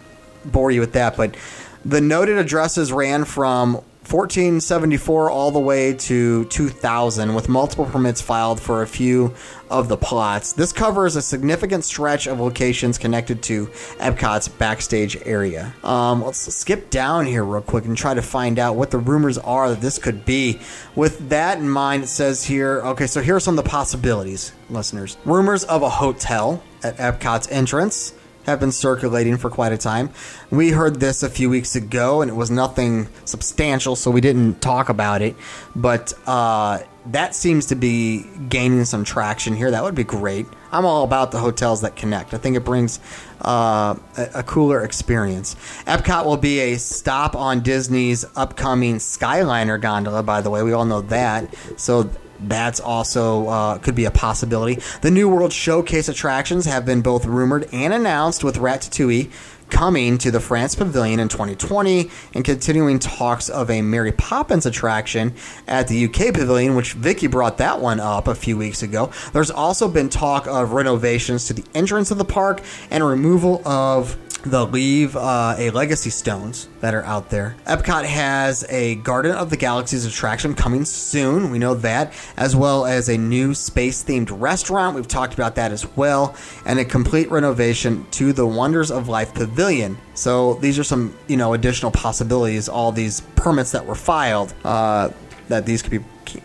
bore you with that, but the noted addresses ran from 1474 all the way to 2000, with multiple permits filed for a few of the plots. This covers a significant stretch of locations connected to Epcot's backstage area. Um, let's skip down here real quick and try to find out what the rumors are that this could be. With that in mind, it says here okay, so here are some of the possibilities, listeners. Rumors of a hotel at Epcot's entrance have been circulating for quite a time. We heard this a few weeks ago, and it was nothing substantial, so we didn't talk about it. But uh, that seems to be gaining some traction here. That would be great. I'm all about the hotels that connect. I think it brings uh, a, a cooler experience. Epcot will be a stop on Disney's upcoming Skyliner gondola. By the way, we all know that. So that's also uh, could be a possibility. The New World Showcase attractions have been both rumored and announced, with Ratatouille coming to the France Pavilion in 2020, and continuing talks of a Mary Poppins attraction at the UK Pavilion, which Vicky brought that one up a few weeks ago. There's also been talk of renovations to the entrance of the park and removal of the leave uh, a legacy stones that are out there. Epcot has a Garden of the Galaxies attraction coming soon. We know that, as well as a new space themed restaurant. We've talked about that as well, and a complete renovation to the Wonders of Life Pavilion. So these are some you know additional possibilities. All these permits that were filed uh, that these could be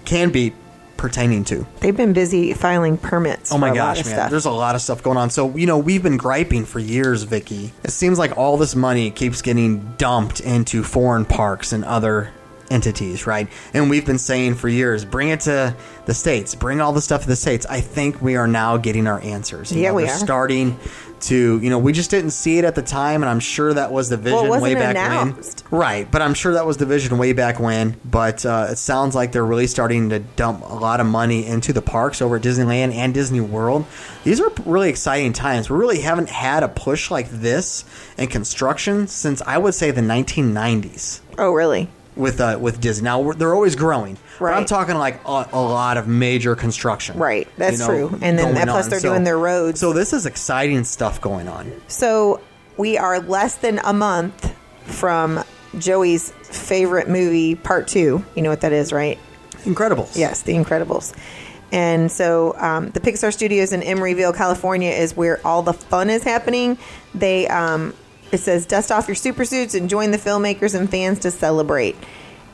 can be pertaining to. They've been busy filing permits. Oh my for a lot gosh, of man. stuff. There's a lot of stuff going on. So, you know, we've been griping for years, Vicky. It seems like all this money keeps getting dumped into foreign parks and other entities, right? And we've been saying for years, bring it to the states, bring all the stuff to the states. I think we are now getting our answers. You Yeah, know, we they're are. starting to, you know, we just didn't see it at the time and I'm sure that was the vision Well, it way wasn't back when. announced. Right, but I'm sure that was the vision way back when. But uh, it sounds like they're really starting to dump a lot of money into the parks over at Disneyland and Disney World. These are really exciting times. We really haven't had a push like this in construction since I would say the 1990s oh, really? with uh, with Disney. Now we're, they're always growing. But I'm Right. talking like a, a lot of major construction. Right, that's true. And then going plus on. they're doing their roads. So this is exciting stuff going on. So we are less than a month from Joey's favorite movie, Part Two. You know what that is, right? Incredibles. Yes, The Incredibles. And so um, the Pixar Studios in Emeryville, California is where all the fun is happening. They um, it says dust off your super suits and join the filmmakers and fans to celebrate.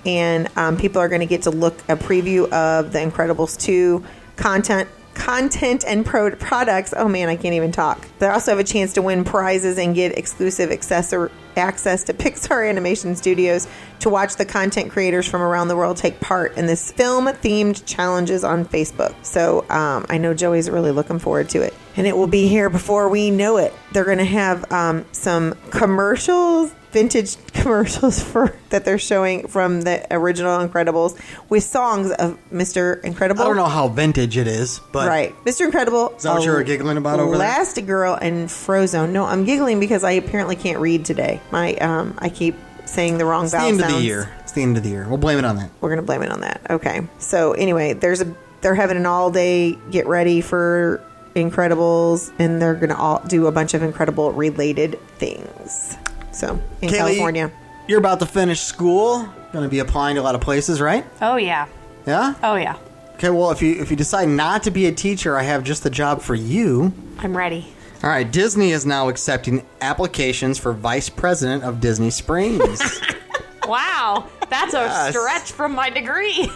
And um, people are going to get to look a preview of The Incredibles 2 content content and pro- products. Oh man, I can't even talk. They also have a chance to win prizes and get exclusive accessor- access to Pixar Animation Studios to watch the content creators from around the world take part in this film themed challenges on Facebook. So um, I know Joey's really looking forward to it. And it will be here before we know it. They're going to have um, some commercials vintage commercials for that they're showing from the original incredibles with songs of mr incredible I don't know how vintage it is, but right. Mr. Incredible. Is that what you were giggling about over there? Elastic Girl and Frozone. No, I'm giggling because I apparently can't read today. My um, I keep saying the wrong It's the vowel end sounds. of the year. It's the end of the year. We'll blame it on that. We're gonna blame it on that. Okay. So anyway, there's a they're having an all day get ready for Incredibles, and they're gonna all do a bunch of Incredible related things. So in Kaylee, California. You're about to finish school. Going to be applying to a lot of places, right? Oh yeah. Yeah. Oh yeah. Okay. Well, if you if you decide not to be a teacher, I have just the job for you. I'm ready. All right. Disney is now accepting applications for vice president of Disney Springs. Wow, that's a Yes. stretch from my degree.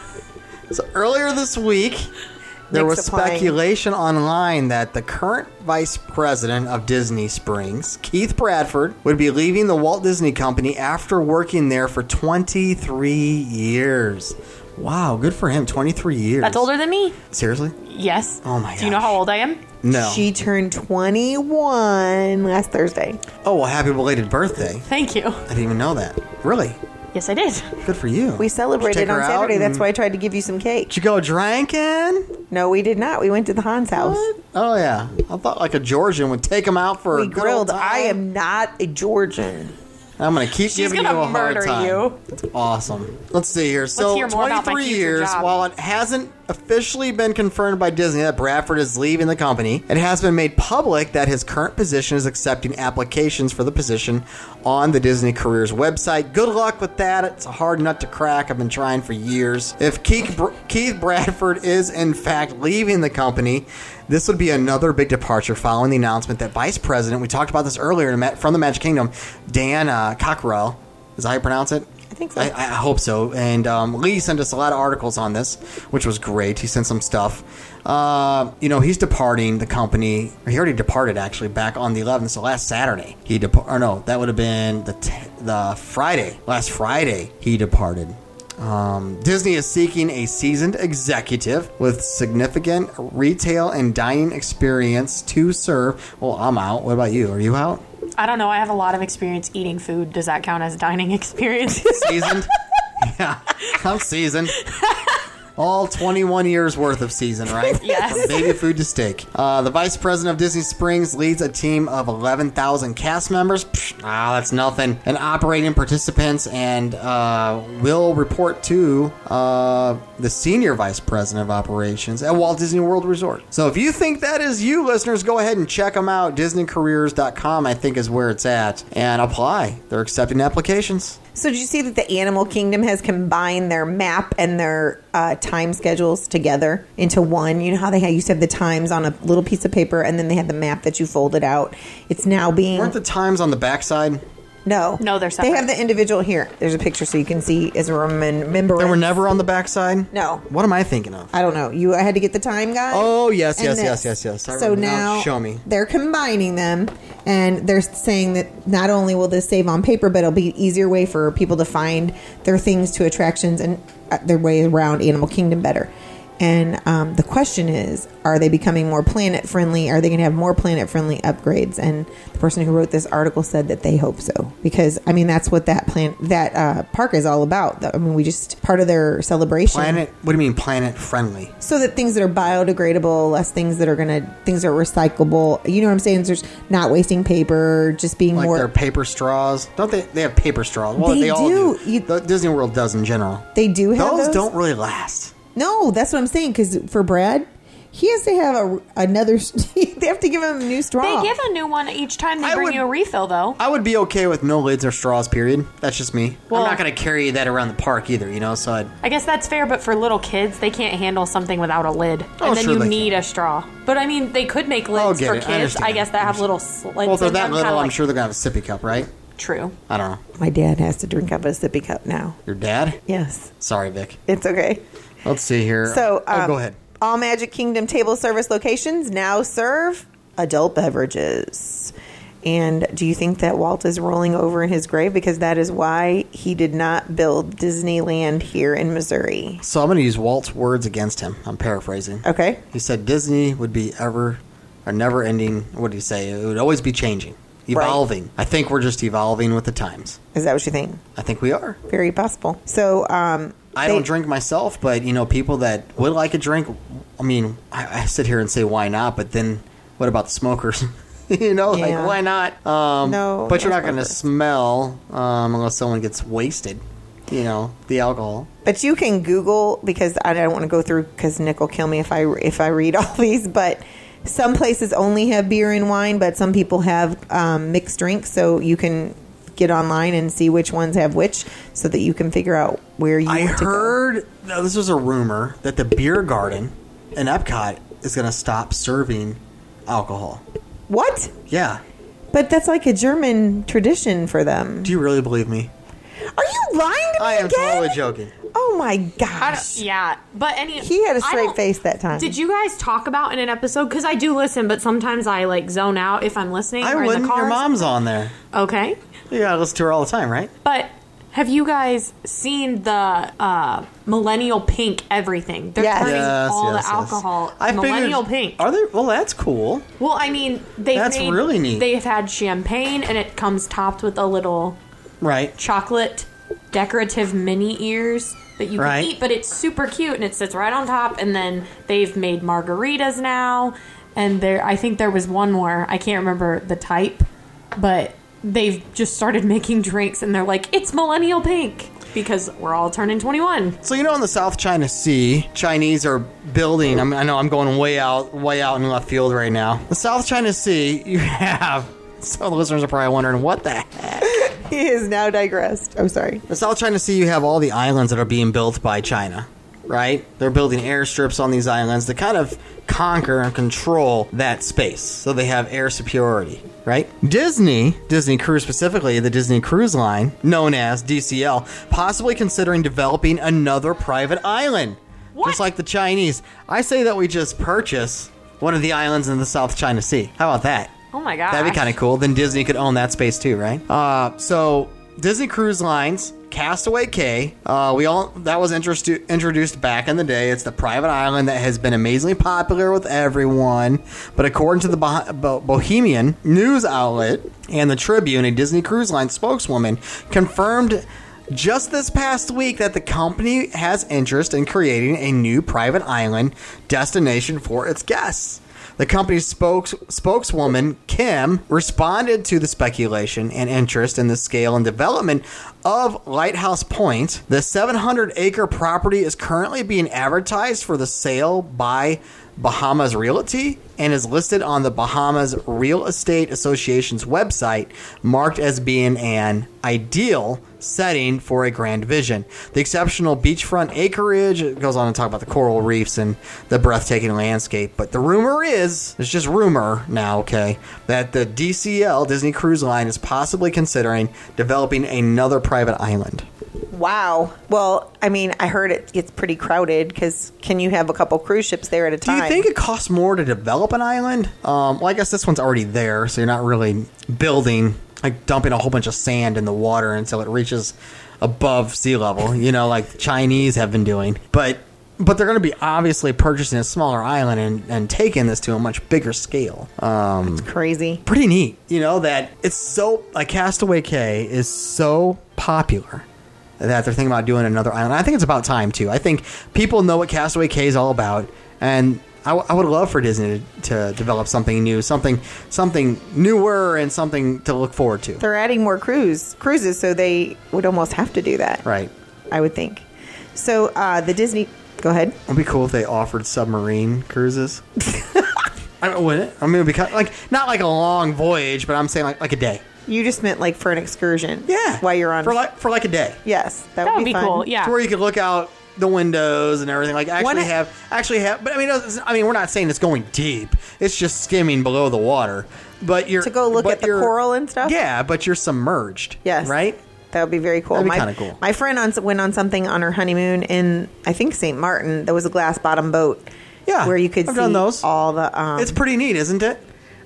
So earlier this week, there Nick's was applying. speculation online that the current vice president of Disney Springs, Keith Bradford, would be leaving the Walt Disney Company after working there for 23 years. Wow, good for him. 23 years. That's older than me. Seriously? Yes. Oh my Do you know gosh. how old I am? No. She turned 21 last Thursday. oh, well, happy belated birthday. Thank you. I didn't even know that. Really? Yes, I did. Good for you. We celebrated on Saturday. That's why Did I tried to give you some cake. you go drinking? No, we did not. We went to the Hans house. Oh, yeah. I thought like a Georgian would take him out for a We good old grilled. I time. am not a Georgian. I'm gonna keep She's giving gonna you a hard murder time. you. That's awesome. Let's see here. So hear more about my 23 future years. job. While it hasn't officially been confirmed by Disney that Bradford is leaving the company, it has been made public that his current position is accepting applications for the position on the Disney Careers website. Good luck with that. It's a hard nut to crack. I've been trying for years. If Keith, Br- Keith Bradford is in fact leaving the company. This would be another big departure following the announcement that Vice President, we talked about this earlier, from the Magic Kingdom, Dan uh, Cockrell, is that how you pronounce it? I think so. I, hope so. And um, Lee sent us a lot of articles on this, which was great. He sent some stuff. Uh, you know, he's departing the company. He already departed actually back on the 11th, so last Saturday he depart. Or no, that would have been the t- the Friday. Last Friday he departed. Um, Disney is seeking a seasoned executive with significant retail and dining experience to serve. Well, I'm out. What about you? Are you out? I don't know. I have a lot of experience eating food. Does that count as dining experience? seasoned. yeah, I'm seasoned. All 21 years worth of season, right? Yes. From baby food to steak. Uh, the vice president of Disney Springs leads a team of 11,000 cast members. Psh, ah, that's nothing. And operating participants and uh, will report to uh, the senior vice president of operations at Walt Disney World Resort. So if you think that is you, listeners, go ahead and check them out. DisneyCareers.com, I think, is where it's at. And apply. They're accepting applications. So did you see that the Animal Kingdom has combined their map and their uh, time schedules together into one? You know how they had used to have the times on a little piece of paper, and then they had the map that you folded out. It's now being Weren't the times on the backside? no, No, they're They have separate. the individual here. There's a picture so you can see as a remember. They were never on the backside? No. What am I thinking of? I don't know. You, I had to get the time guy. Oh, yes, and yes, this. yes, yes, yes. I so remember now. now, Show me. They're combining them, and they're saying that not only will this save on paper, but it'll be an easier way for people to find their things to attractions and uh, their way around Animal Kingdom better. And um, the question is, are they becoming more planet friendly? Are they going to have more planet friendly upgrades? And the person who wrote this article said that they hope so, because I mean that's what that plan that uh, park is all about. though. I mean, we just part of their celebration Planet, what do you mean planet friendly? so that things that are biodegradable, less things that are gonna things that are recyclable. You know what I'm saying? There's not wasting paper, just being Like more. their paper straws? Don't they? They have paper straws. Well, they, They all do. do. You- The Disney World does in general. they do have Those, those. don't really last. No, that's what I'm saying. Because for Brad, he has to have a another. they have to give him a new straw. They give a new one each time they I bring would- you a refill, though. I would be okay with no lids or straws. Period. That's just me. Well- I'm not going to carry that around the park either. You know, so I'd, I guess that's fair, but for little kids, they can't handle something without a lid, Oh, and then sure you they need can. a straw. But I mean, they could make lids get for it. I kids. understand. I, guess that have little slits. well, if they're in that them, little, kinda I'm like- sure they're going to have a sippy cup, right? True. I don't know. My dad has to drink out of a sippy cup now. Your dad? Yes, Sorry, Vic. it's okay. Let's see here. So um, oh, go ahead. All Magic Kingdom table service locations now serve adult beverages. And do you think that Walt is rolling over in his grave because that is why he did not build Disneyland here in Missouri? So I'm going to use Walt's words against him. I'm paraphrasing. Okay. He said Disney would be ever or never ending. What did he say? It would always be changing, evolving. I think we're just evolving with the times. Is that what you think? I think we are. Very possible. So, um, I they- don't drink myself, but you know, people that would like a drink. I mean, I, I sit here and say why not, but then what about the smokers? you know, Yeah. like why not? Um, No, but you're no not going to smokers. smell um, unless someone gets wasted. You know, the alcohol. But you can Google because I don't want to go through because Nick will kill me if I if I read all these. But some places only have beer and wine, but some people have um, mixed drinks. So you can get online and see which ones have which, so that you can figure out where you. I want to go. heard no, this was a rumor that the beer garden in Epcot is going to stop serving alcohol. what, Yeah. but that's like a German tradition for them. Do you really believe me? Are you lying to me I am again? totally joking. Oh my I gosh! don't- yeah, but any He had a I straight don't- face that time. Did you guys talk about in an episode? Because I do listen, but sometimes I like zone out if I'm listening. I or In wouldn't. the cars. Your mom's on there. Okay, Yeah, I listen to her all the time, right? but have you guys seen the uh, millennial pink everything? They're Yes. turning Yes, all the alcohol millennial pink. Are there? Well, that's cool. Well, I mean, they That's made, really neat. They've had champagne, and it comes topped with a little Right. chocolate decorative mini ears that you Right. can eat, but it's super cute and it sits right on top. And then they've made margaritas now, and there I think there was one more I can't remember the type, but they've just started making drinks, and they're like it's millennial pink because we're all turning twenty one. So you know, in the South China Sea, Chinese are building. I, mean, I know I'm going way out, way out in left field right now. The South China Sea, you have. So the listeners are probably wondering what the heck. he is now digressed. I'm sorry. The South China Sea, you have all the islands that are being built by China, right? They're building airstrips on these islands to kind of conquer and control that space, so they have air superiority, right? Disney, Disney Cruise specifically, the Disney Cruise Line, known as DCL, possibly considering developing another private island, just like the Chinese. I say that we just purchase one of the islands in the South China Sea. How about that? Oh my god, That'd be kind of cool. Then Disney could own that space too, right? Uh, so Disney Cruise Lines, Castaway Cay. Uh, we all that was interest, introduced back in the day. It's the private island that has been amazingly popular with everyone. But according to the Bo- Bo- Bohemian news outlet and the Tribune, a Disney Cruise Line spokeswoman confirmed. Just this past week, that the company has interest in creating a new private island destination for its guests. The company's spokes- spokeswoman, Kim, responded to the speculation and interest in the scale and development of Lighthouse Point. The 700 acre property is currently being advertised for the sale by Bahamas Realty and is listed on the Bahamas Real Estate Association's website, marked as being an ideal setting for a grand vision. The exceptional beachfront acreage it goes on to talk about the coral reefs and the breathtaking landscape. But the rumor is, it's just rumor now, okay, that the DCL Disney Cruise Line is possibly considering developing another private island. Wow. Well, I mean, I heard it gets pretty crowded because can you have a couple cruise ships there at a Do time? you think it costs more to develop an island? Um, well, I guess this one's already there, so you're not really building, like dumping a whole bunch of sand in the water until it reaches above sea level. You know, like the Chinese have been doing, but but they're going to be obviously purchasing a smaller island and, and taking this to a much bigger scale. Um, crazy? pretty neat, you know, that it's so like Castaway K is so popular that they're thinking about doing another island. I think it's about time too. I think people know what Castaway K is all about, and I, w- I would love for Disney to, to develop something new, something something newer, and something to look forward to. They're adding more cruise cruises, so they would almost have to do that, Right? I would think. So uh, the Disney. Go ahead. It'd be cool if they offered submarine cruises. I don't wouldn't it? I mean, it'd be kind like not like a long voyage, but I'm saying like like a day. You just meant like for an excursion. Yeah, While you're on. for like for like a day. yes, that, That would be fun. cool. Yeah. to where you could look out the windows and everything. Like actually One- have actually have. But I mean, it's- I mean, we're not saying it's going deep. It's just skimming below the water. But you're To go look but at the you're- coral and stuff? Yeah, but you're submerged. Yes. right. That would be very cool. That'd be My- kinda cool. My friend on went on something on her honeymoon in I think St. Martin. There was a glass bottom boat. Yeah, Where you could I've see done those. all the. Um, It's pretty neat, isn't it?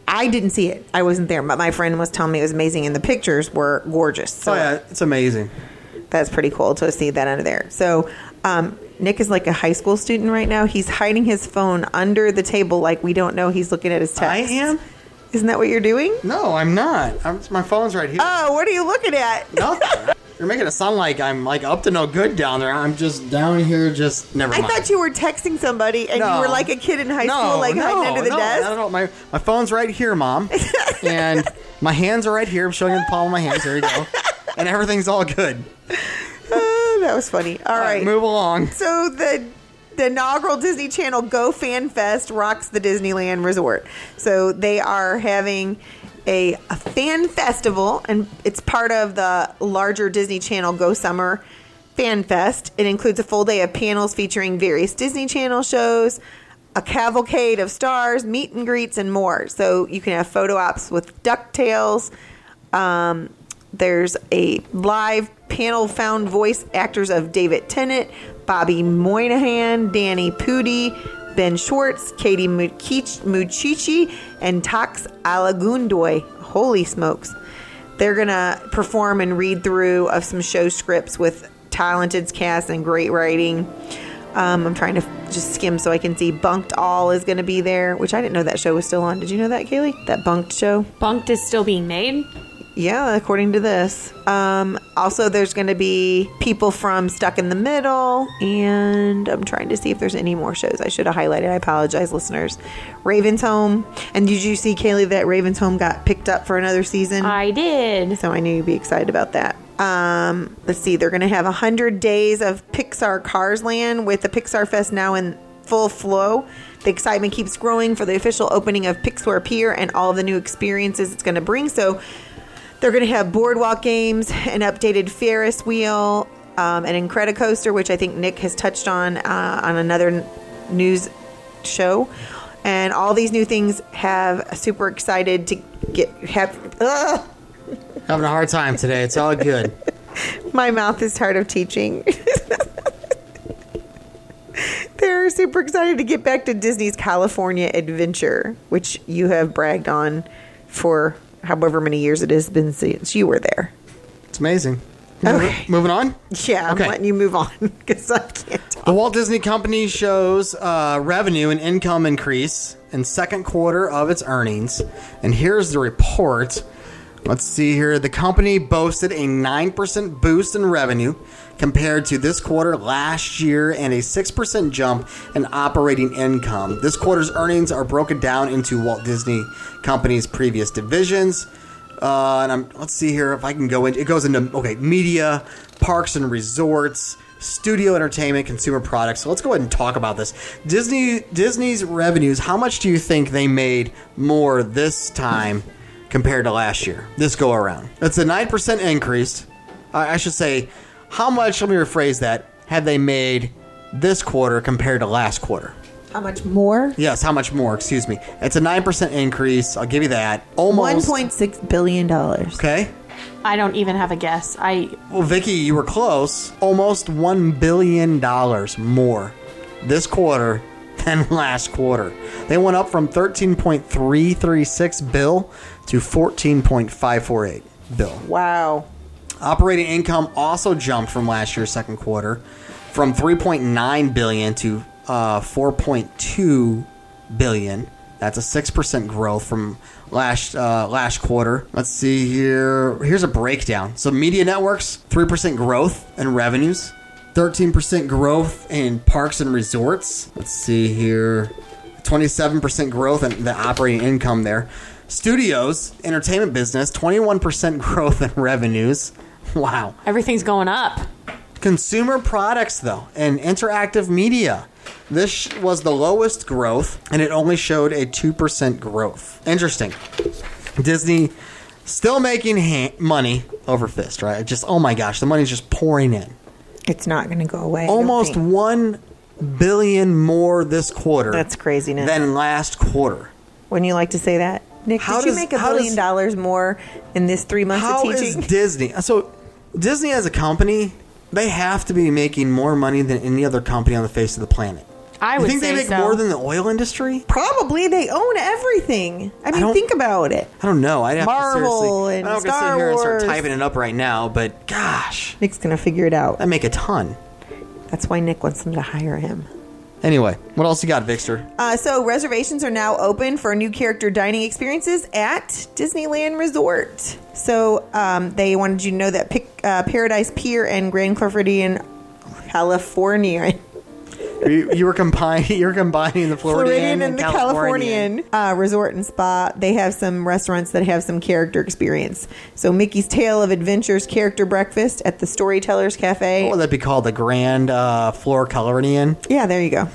I didn't see it. I wasn't there, but my friend was telling me it was amazing, and the pictures were gorgeous. So Oh yeah, it's amazing. that's pretty cool to see that under there. So um, Nick is like a high school student right now. He's hiding his phone under the table, like we don't know he's looking at his text. I am. Isn't that what you're doing? No, I'm not. I'm, my phone's right here. Oh, what are you looking at? Nothing. You're making it sound like I'm like up to no good down there. I'm just down here, just never I mind. thought you were texting somebody, and No. you were like a kid in high school, like hiding under the no, desk. not at all. My my phone's right here, mom, and my hands are right here. I'm showing you the palm of my hands. There you go, and everything's all good. Oh, that was funny. All All right. right, move along. So the the inaugural Disney Channel Go Fan Fest rocks the Disneyland Resort. So they are having a, a fan festival, and it's part of the larger Disney Channel Go Summer Fan Fest. It includes a full day of panels featuring various Disney Channel shows, a cavalcade of stars, meet and greets, and more. So you can have photo ops with DuckTales. Um, there's a live panel found voice actors of David Tennant, Bobby Moynihan, Danny Pudi, Ben Schwartz, Katie Mukich- Muchichi, and Tox Alagundoy. Holy smokes. They're going to perform and read through of some show scripts with talented cast and great writing. Um, I'm trying to just skim so I can see. Bunked All is going to be there, which I didn't know that show was still on. Did you know that, Kaylee? That Bunked show? Bunked is still being made. Yeah, according to this. Um, also, there's going to be people from Stuck in the Middle, and I'm trying to see if there's any more shows I should have highlighted. I apologize, listeners. Raven's Home, and did you see Kaylee that Raven's Home got picked up for another season? I did. so I knew you'd be excited about that. Um, let's see, they're going to have 100 days of Pixar Cars Land with the Pixar Fest now in full flow. The excitement keeps growing for the official opening of Pixar Pier and all the new experiences it's going to bring. So they're going to have boardwalk games, an updated Ferris wheel, um, an Incredicoaster, which I think Nick has touched on uh, on another n- news show. And all these new things have super excited to get have. Ugh! Having a hard time today. It's all good. My mouth is tired of teaching. They're super excited to get back to Disney's California Adventure, which you have bragged on for however many years it has been since you were there. It's amazing. Okay. Moving on. Yeah, Okay. I'm letting you move on because I can't. Talk. The Walt Disney Company shows uh, revenue and income increase in second quarter of its earnings, and here's the report. Let's see here. The company boasted a nine percent boost in revenue compared to this quarter last year, and a six percent jump in operating income. This quarter's earnings are broken down into Walt Disney Company's previous divisions. Uh, and I'm let's see here if I can go in. It goes into okay, media, parks and resorts, studio entertainment, consumer products. So let's go ahead and talk about this. Disney Disney's revenues. How much do you think they made more this time compared to last year? This go around. That's a nine percent increase. I, I should say, how much? Let me rephrase that. Have they made this quarter compared to last quarter? How much more? Yes. How much more? Excuse me. It's a nine percent increase. I'll give you that. One Almost point six billion dollars. Okay. I don't even have a guess. I Well, Vicky, you were close. Almost one billion dollars more this quarter than last quarter. They went up from thirteen point three three six bill to fourteen point five four eight bill. Wow. Operating income also jumped from last year's second quarter, from three point nine billion to uh, four point two billion. That's a six percent growth from last uh, last quarter. Let's see here. Here's a breakdown. So media networks, three percent growth in revenues, thirteen percent growth in parks and resorts. Let's see here. 27% growth in the operating income there. Studios, entertainment business, 21% growth in revenues. Wow. everything's going up. Consumer products, though, and interactive media. This sh- was the lowest growth, and it only showed a 2% growth. Interesting. Disney still making ha- money over fist, right? Just, oh my gosh, the money's just pouring in. It's not going to go away. I don't Almost think. 1 billion more this quarter. That's craziness. Than last quarter. Wouldn't you like to say that, Nick? How did does- you make a how billion does- dollars more in this three months How of is teaching? Disney? So Disney as a company, they have to be making more money than any other company on the face of the planet. I You would think say they make so. more than the oil industry? Probably they own everything. I mean, don't- think about it. I don't know. I'd have Marvel to seriously. and I don't have to Star sit here and Wars. start typing it up right now, but gosh, Nick's going to figure it out. I make a ton. That's why Nick wants them to hire him. Anyway, what else you got, Vixter? Uh, so reservations are now open for new character dining experiences at Disneyland Resort. So um, they wanted you to know that Pic- uh, Paradise Pier and Grand Californian Californian you, you were combining. You were combining the Floridian, Floridian and the Californian. Californian uh, Resort and Spa. They have some restaurants that have some character experience. So Mickey's Tale of Adventures character breakfast at the Storytellers Cafe. What would that be called? The Grand uh, Flor Calorian. yeah, there you go.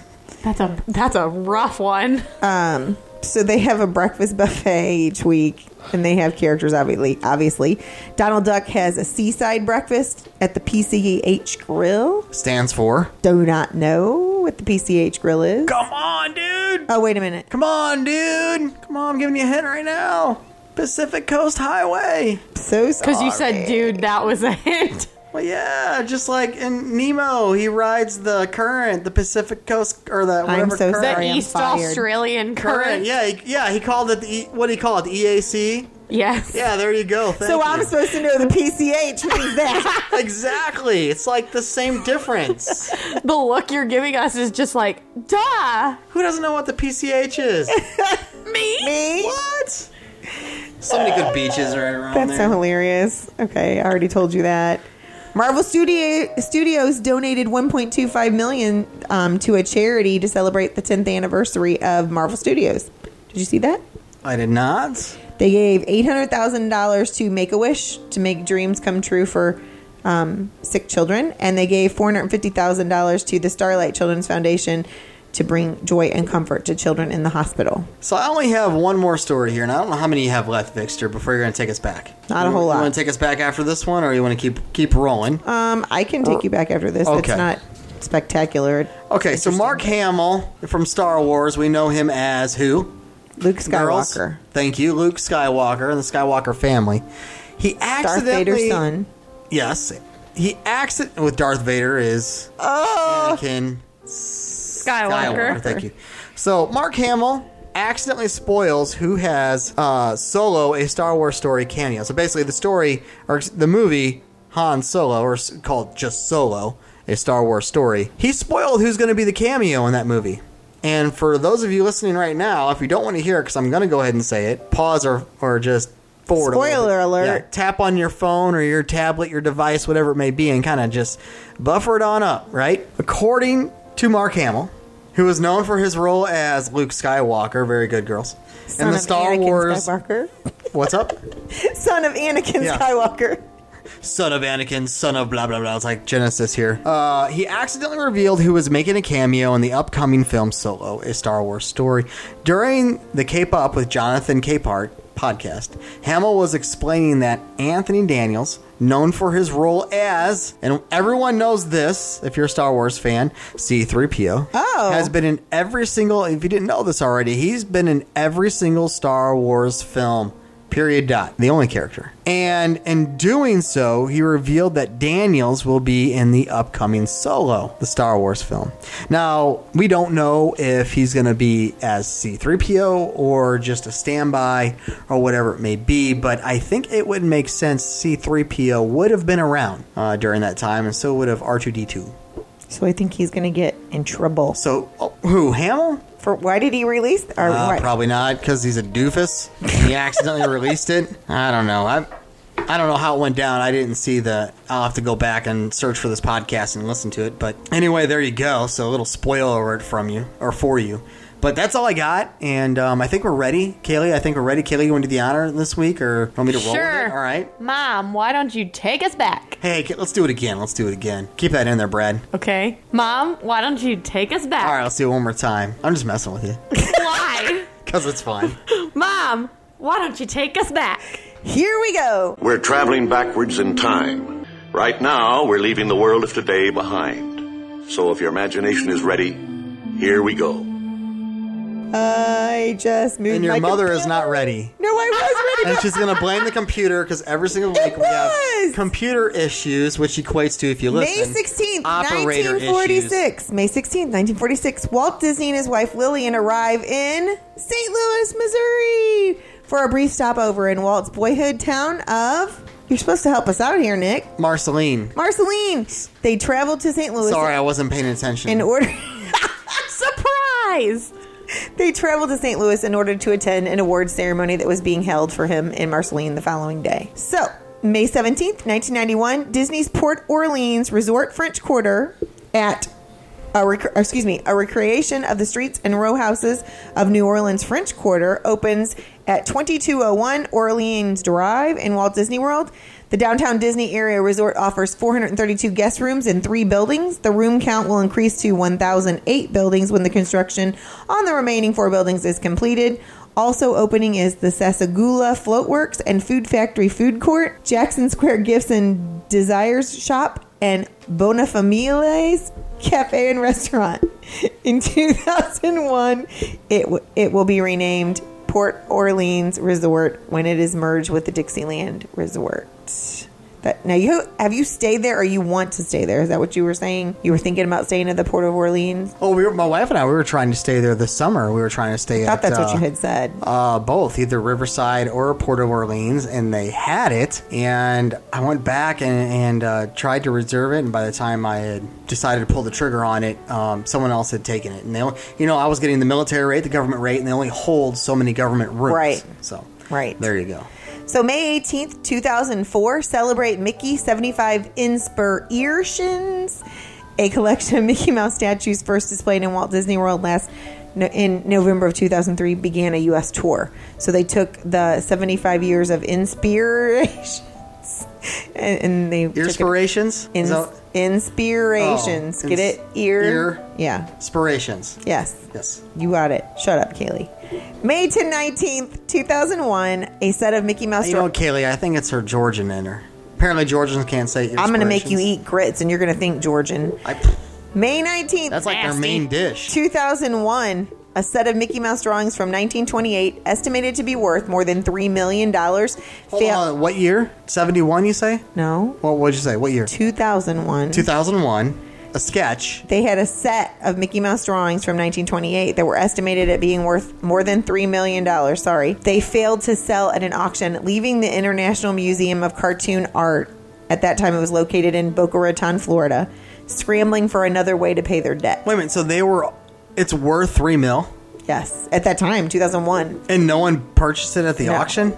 That's a that's a rough one. So they have a breakfast buffet each week, and they have characters obviously. Obviously, Donald Duck has a seaside breakfast at the PCH Grill. Stands for. Do not know what the PCH Grill is. Come on, dude. Oh wait a minute. Come on, dude. Come on, I'm giving you a hint right now. Pacific Coast Highway. So sorry. Because you said, dude, that was a hint. Well, yeah, just like in Nemo, he rides the current, the Pacific Coast or the whatever so current. The Sorry, I'm East fired. Australian current. current. Yeah, he, yeah, he called it the E- what do you call it? The EAC. Yes. Yeah, there you go. Thank So you. I'm supposed to know the PCH means that. exactly. It's like the same difference. The look you're giving us is just like, duh. Who doesn't know what the PCH is? Me? Me? what? So many good beaches right around That's so there. hilarious. Okay, I already told you that. Marvel Studio, Studios donated 1.25 million um, to a charity to celebrate the 10th anniversary of Marvel Studios. Did you see that? I did not. They gave $800,000 to Make a Wish to make dreams come true for um, sick children, and they gave $450,000 to the Starlight Children's Foundation to bring joy and comfort to children in the hospital. So I only have one more story here, and I don't know how many you have left, Vixter, before you're going to take us back. Not a whole lot. You want to take us back after this one, or you want to keep keep rolling? Um, I can take you back after this. Oh, Okay. It's not spectacular. Okay, so Mark Hamill from Star Wars, we know him as who? Luke Girls? Skywalker. Thank you, Luke Skywalker and the Skywalker family. He Darth accidentally Vader's son. Yes. He accident with Darth Vader is Oh, Anakin Skywalker. Skywalker. Thank you. So Mark Hamill accidentally spoils who has uh, Solo a Star Wars story cameo. So basically, the story or the movie Han Solo, or s- called just Solo, a Star Wars story. He spoiled who's going to be the cameo in that movie. And for those of you listening right now, if you don't want to hear it, because I'm going to go ahead and say it, pause or or just forward. a little Spoiler bit. alert. Yeah, tap on your phone or your tablet, your device, whatever it may be, and kind of just buffer it on up, right? According to Mark Hamill, who is known for his role as Luke Skywalker, very good girls, son and the of Star Anakin Wars. Skywalker. What's up? Son of Anakin Yeah. Skywalker. son of Anakin, son of blah blah blah. It's like Genesis here. Uh, he accidentally revealed who was making a cameo in the upcoming film Solo, a Star Wars story. During the Cape Up with Jonathan Capehart podcast, Hamill was explaining that Anthony Daniels, known for his role as, and everyone knows this if you're a Star Wars fan, C3PO, Oh. has been in every single, if you didn't know this already, he's been in every single Star Wars film. Period. Dot. The only character. And in doing so, he revealed that Daniels will be in the upcoming Solo, the Star Wars film. Now, we don't know if he's going to be as C3PO or just a standby or whatever it may be, but I think it would make sense C3PO would have been around uh, during that time, and so would have R2D2. So I think he's going to get in trouble. So, oh, who? Hamill? For why did he release? Or Uh, why- Probably not because he's a doofus. He accidentally released it. I don't know. I I don't know how it went down. I didn't see the. I'll have to go back and search for this podcast and listen to it. But anyway, there you go. So a little spoiler alert from you or for you. But that's all I got, and um, I think we're ready, Kaylee. I think we're ready, Kaylee. You want to do the honor this week, or want me to roll with Sure. it? All right. Mom, why don't you take us back? Hey, Kay- let's do it again. Let's do it again. Keep that in there, Brad. Okay. Mom, why don't you take us All right, back? let's do it one more time. I'm just messing with you Why? because it's fun. Mom, why don't you take us back? Here we go. We're traveling backwards in time. Right now, we're leaving the world of today behind. So if your imagination is ready, here we go. I just moved. And your my mother is computer. not ready. No, I was ready. and she's gonna blame the computer because every single It week we have was! computer issues, which equates to if you May listen, 16th, operator issues. 1946. May 16th, 1946. Walt Disney and his wife Lillian arrive in St. Louis, Missouri for a brief stopover in Walt's boyhood town of. You're supposed to help us out here, Nick. Marceline, Marceline. They traveled to St. Louis sorry, I wasn't paying attention. in order. Surprise! They traveled to St. Louis in order to attend an award ceremony that was being held for him in Marceline the following day. So, May 17th, 1991, Disney's Port Orleans Resort French Quarter at a rec- excuse me, a recreation of the streets and row houses of New Orleans French oh Quarter opens at 2201 Orleans Drive in Walt Disney World. The downtown Disney area resort offers 432 guest rooms in three buildings. The room count will increase to 1,008 buildings when the construction on the remaining four buildings is completed. Also opening is the Sasagula Floatworks and Food Factory Food Court, Jackson Square Gifts and Desires Shop, and Bonafamile's Cafe and Restaurant. In 2001, it w- it will be renamed Port Orleans Resort when it is merged with the Dixieland Resort. That now you have you stayed there or you want to stay there? Is that what you were saying? You were thinking about staying at the Port of Orleans? Oh, we were, my wife and I, we were trying to stay there this summer. We were trying to stay I thought at, that's what uh, you had said. uh, both, either Riverside or Port of Orleans, and they had it. And I went back and, and uh, tried to reserve it, and by the time I had decided to pull the trigger on it, um, someone else had taken it. And they, only- you know, I was getting the military rate, the government rate, and they only hold so many government rooms. Right. So, Right. there you go. So May 18th, 2004, celebrate Mickey 75 Inspirations, a collection of Mickey Mouse statues first displayed in Walt Disney World last no, in November of 2003 began a US tour. So they took the 75 years of inspirations and, and they took it- Inspirations? Ins- inspirations. Oh, Get ins- it? Ear. ear. Yeah. Inspirations. Yes. Yes. You got it. Shut up, Kaylee. May to 19th, 2001, a set of Mickey Mouse You know, Kaylee, I think it's her Georgian in her. Apparently, Georgians can't say. I'm going to make you inspirations. eat grits and you're going to think Georgian. I, May 19th. that's like their main dish. 2001. A set of Mickey Mouse drawings from 1928, estimated to be worth more than $3 million. Hold Fail- on, what year? Seventy-one, you say? No, What would you say? What year? 2001. 2001, a sketch. they had a set of Mickey Mouse drawings from 1928 that were estimated at being worth more than $3 million. Sorry. They failed to sell at an auction, leaving the International Museum of Cartoon Art. At that time, it was located in Boca Raton, Florida, scrambling for another way to pay their debt. Wait a minute, so they were, it's worth three mil, Yes, at that time, 2001. and no one purchased it at the No. auction?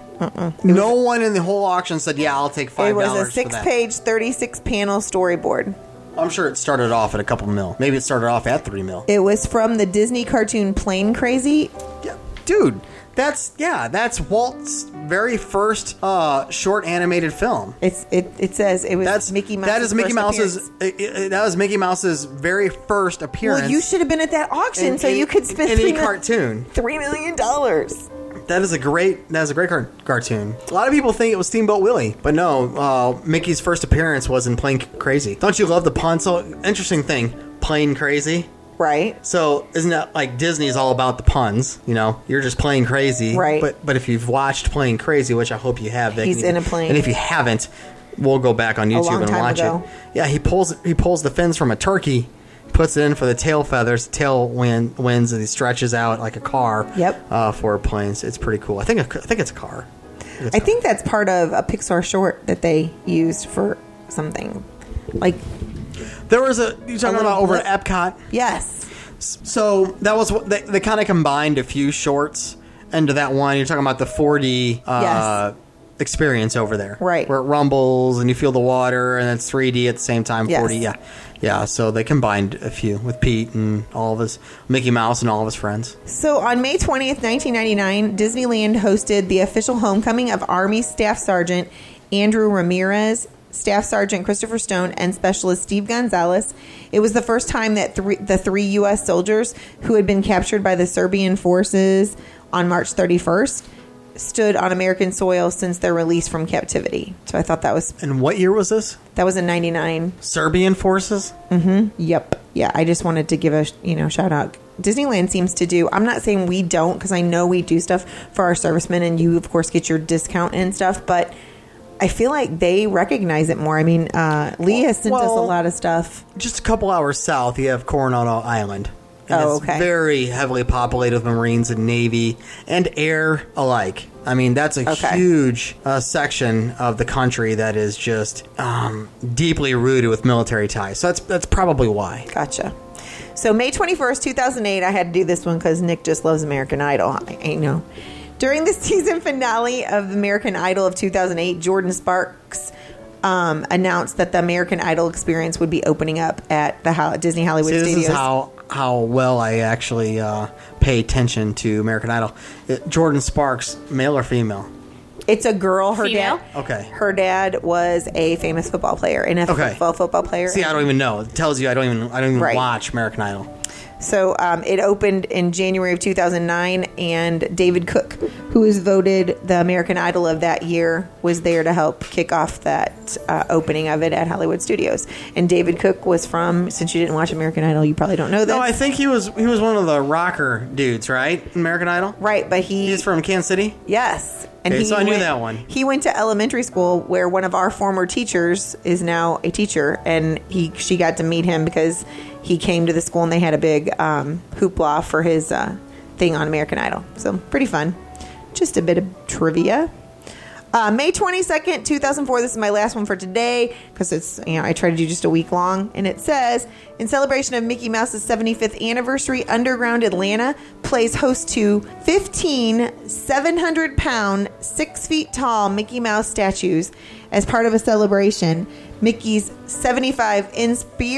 No one in the whole auction said, yeah, I'll take $5 It was a for six that." page, 36 panel storyboard. I'm sure it started off at a couple mil. Maybe it started off at three mil. It was from the Disney cartoon Plane Crazy. Yeah, dude, that's, yeah, that's Walt's very first uh, short animated film. It's it, it says it was That's Mickey Mouse. That is Mickey Mouse's. It, it, that was Mickey Mouse's very first appearance. Well, you should have been at that auction in so any- you could spend in three any mil- cartoon. $3 million. dollars. That is a great. That is a great car- cartoon. A lot of people think it was Steamboat Willie, but no. Uh, Mickey's first appearance was in Plain Crazy. Don't you love the pun? So interesting thing, Plain Crazy. Right? So isn't that like Disney's all about the puns? You know, you're just playing crazy, Right. But but if you've watched Playing Crazy, which I hope you have, Vic, He's in and if- a plane. and if you haven't, we'll go back on YouTube long and time watch ago. it. Yeah, he pulls he pulls the fins from a turkey, puts it in for the tail feathers, tail win, wins, and he stretches out like a car. Yep. Uh, for planes, it's pretty cool. I think a, I think it's a car. I think that's part of a Pixar short that they used for something. Like, There was a you talking little about over blip. at Epcot. yes. So that was what they, they kind of combined a few shorts into that one. You're talking about the 4D uh, experience over there, Right. Where it rumbles and you feel the water, and it's 3D at the same time. Yes. 4D, yeah, yeah. So they combined a few with Pete and all of his Mickey Mouse and all of his friends. So on May 20th, 1999, Disneyland hosted the official homecoming of Army Staff Sergeant Andrew Ramirez, Staff Sergeant Christopher Stone, and Specialist Steve Gonzalez. It was the first time that three, the three U.S. soldiers who had been captured by the Serbian forces on March 31st stood on American soil since their release from captivity. So I thought that was And what year was this? that was in 99. Serbian forces. Yep. Yeah, I just wanted to give a you know shout out. Disneyland seems to do. I'm not saying we don't because I know we do stuff for our servicemen, and you of course get your discount and stuff. But I feel like they recognize it more. I mean, uh, Lee has sent us a Well- lot of stuff. Just a couple hours south, you have Coronado Island. And Oh, it's okay. Very heavily populated with Marines and Navy and air alike. I mean, that's a Okay. huge uh, section of the country that is just um, deeply rooted with military ties. So that's that's probably why. Gotcha. So May 21st, 2008, I had to do this one because Nick just loves American Idol. I ain't know. During the season finale of American Idol of 2008, Jordan Sparks um, announced that the American Idol experience would be opening up at the Hol- Disney Hollywood See, this Studios. is how how well I Uh, actually uh, pay attention to American Idol. It- Jordan Sparks, male or female? It's a girl. Her Female? dad. Okay. Her dad was a famous football player, NFL Okay. football player. See, I don't even know. It tells you I don't even I don't even Right. watch American Idol. So um, it opened in January of 2009, and David Cook, who was voted the American Idol of that year, was there to help kick off that uh, opening of it at Hollywood Studios. And David Cook was from, since you didn't watch American Idol, you probably don't know this. No, I think he was he was one of the rocker dudes, right? American Idol. right, but he, He's from Kansas City. yes. And Okay, so I knew went- that one. He went to elementary school where one of our former teachers is now a teacher, and he she got to meet him because he came to the school and they had a big um, hoopla for his uh, thing on American Idol. So pretty fun. Just a bit of trivia. Uh, May 22nd, 2004. This is my last one for today because it's, you know, I try to do just a week long. And it says In celebration of Mickey Mouse's 75th anniversary, Underground Atlanta plays host to 15 700 pound, six feet tall Mickey Mouse statues as part of a celebration. Mickey's 75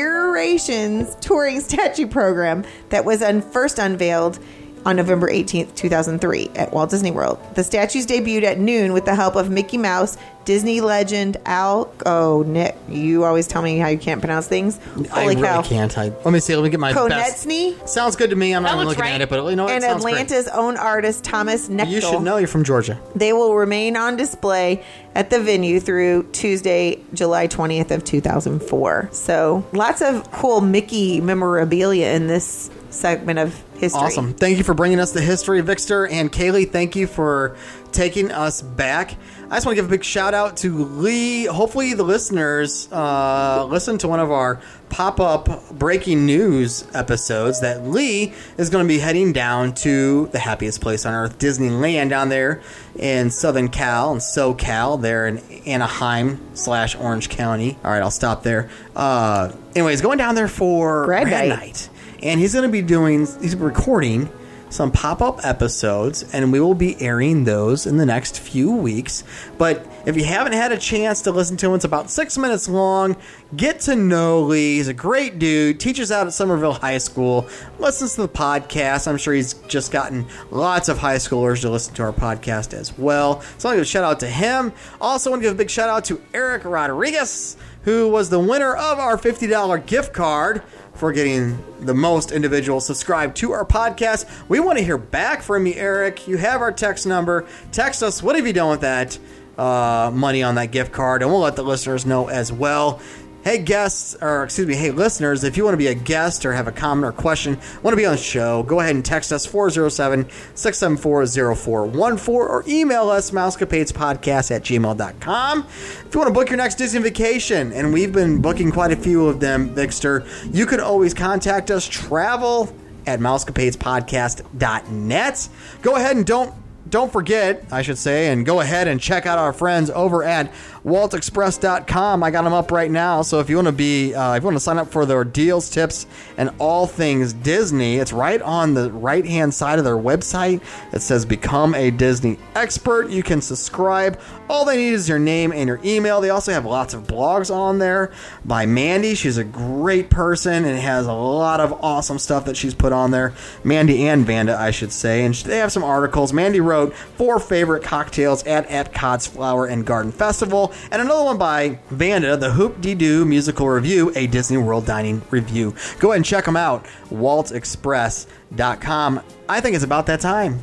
Inspirations touring statue program that was un- first unveiled on November 18th, 2003, at Walt Disney World. The statues debuted at noon with the help of Mickey Mouse, Disney legend Al. Oh, Nick, you always tell me how you can't pronounce things. Holy I really cow. can't. I, let me see. Let me get my best. Konechny Sounds good to me. I'm not That even looks looking right. at it, but you know what? It and sounds great. Atlanta's own artist Thomas Nechtel. You should know. You're from Georgia. They will remain on display at the venue through Tuesday, July 20th of 2004. So, lots of cool Mickey memorabilia in this segment of history. Awesome. Thank you for bringing us the history, Vixter and Kaylee. Thank you for taking us back. I just want to give a big shout out to Lee. Hopefully, the listeners uh, listen to one of our pop up breaking news episodes that Lee is going to be heading down to the happiest place on earth, Disneyland, down there in Southern Cal and SoCal, there in Anaheim slash Orange County. All right, I'll stop there. Uh, anyways, going down there for Grad Grad night. night. And he's going to be doing, he's recording some pop up episodes, and we will be airing those in the next few weeks. But if you haven't had a chance to listen to him, it's about six minutes long. Get to know Lee. He's a great dude, teaches out at Somerville High School, listens to the podcast. I'm sure he's just gotten lots of high schoolers to listen to our podcast as well. So I'll give a shout out to him. Also, want to give a big shout out to Eric Rodriguez, who was the winner of our $50 gift card for getting the most individuals subscribed to our podcast. We want to hear back from you, Eric. You have our text number. Text us. What have you done with that uh, money on that gift card? And we'll let the listeners know as well. Hey, guests, or excuse me, hey, listeners, if you want to be a guest or have a comment or question, want to be on the show, go ahead and text us 407 674 0414 or email us mousecapadespodcast at gmail.com. If you want to book your next Disney vacation, and we've been booking quite a few of them, Vixter, you could always contact us travel at mousecapadespodcast.net. Go ahead and don't don't forget, I should say, and go ahead and check out our friends over at waltexpress.com. I got them up right now. So if you want to be, uh, if you want to sign up for their deals, tips, and all things Disney, it's right on the right hand side of their website. It says Become a Disney Expert. You can subscribe. All they need is your name and your email. They also have lots of blogs on there by Mandy. She's a great person and has a lot of awesome stuff that she's put on there. Mandy and Vanda, I should say. And they have some articles. Mandy wrote four favorite cocktails at Epcot's Flower and Garden Festival, and another one by Vanda, the Hoop De Doo Musical Review, a Disney World Dining Review. Go ahead and check them out. WaltExpress.com. I think it's about that time.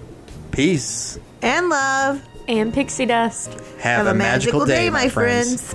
Peace. And love. And pixie dust. Have, a, magical, day, my friends.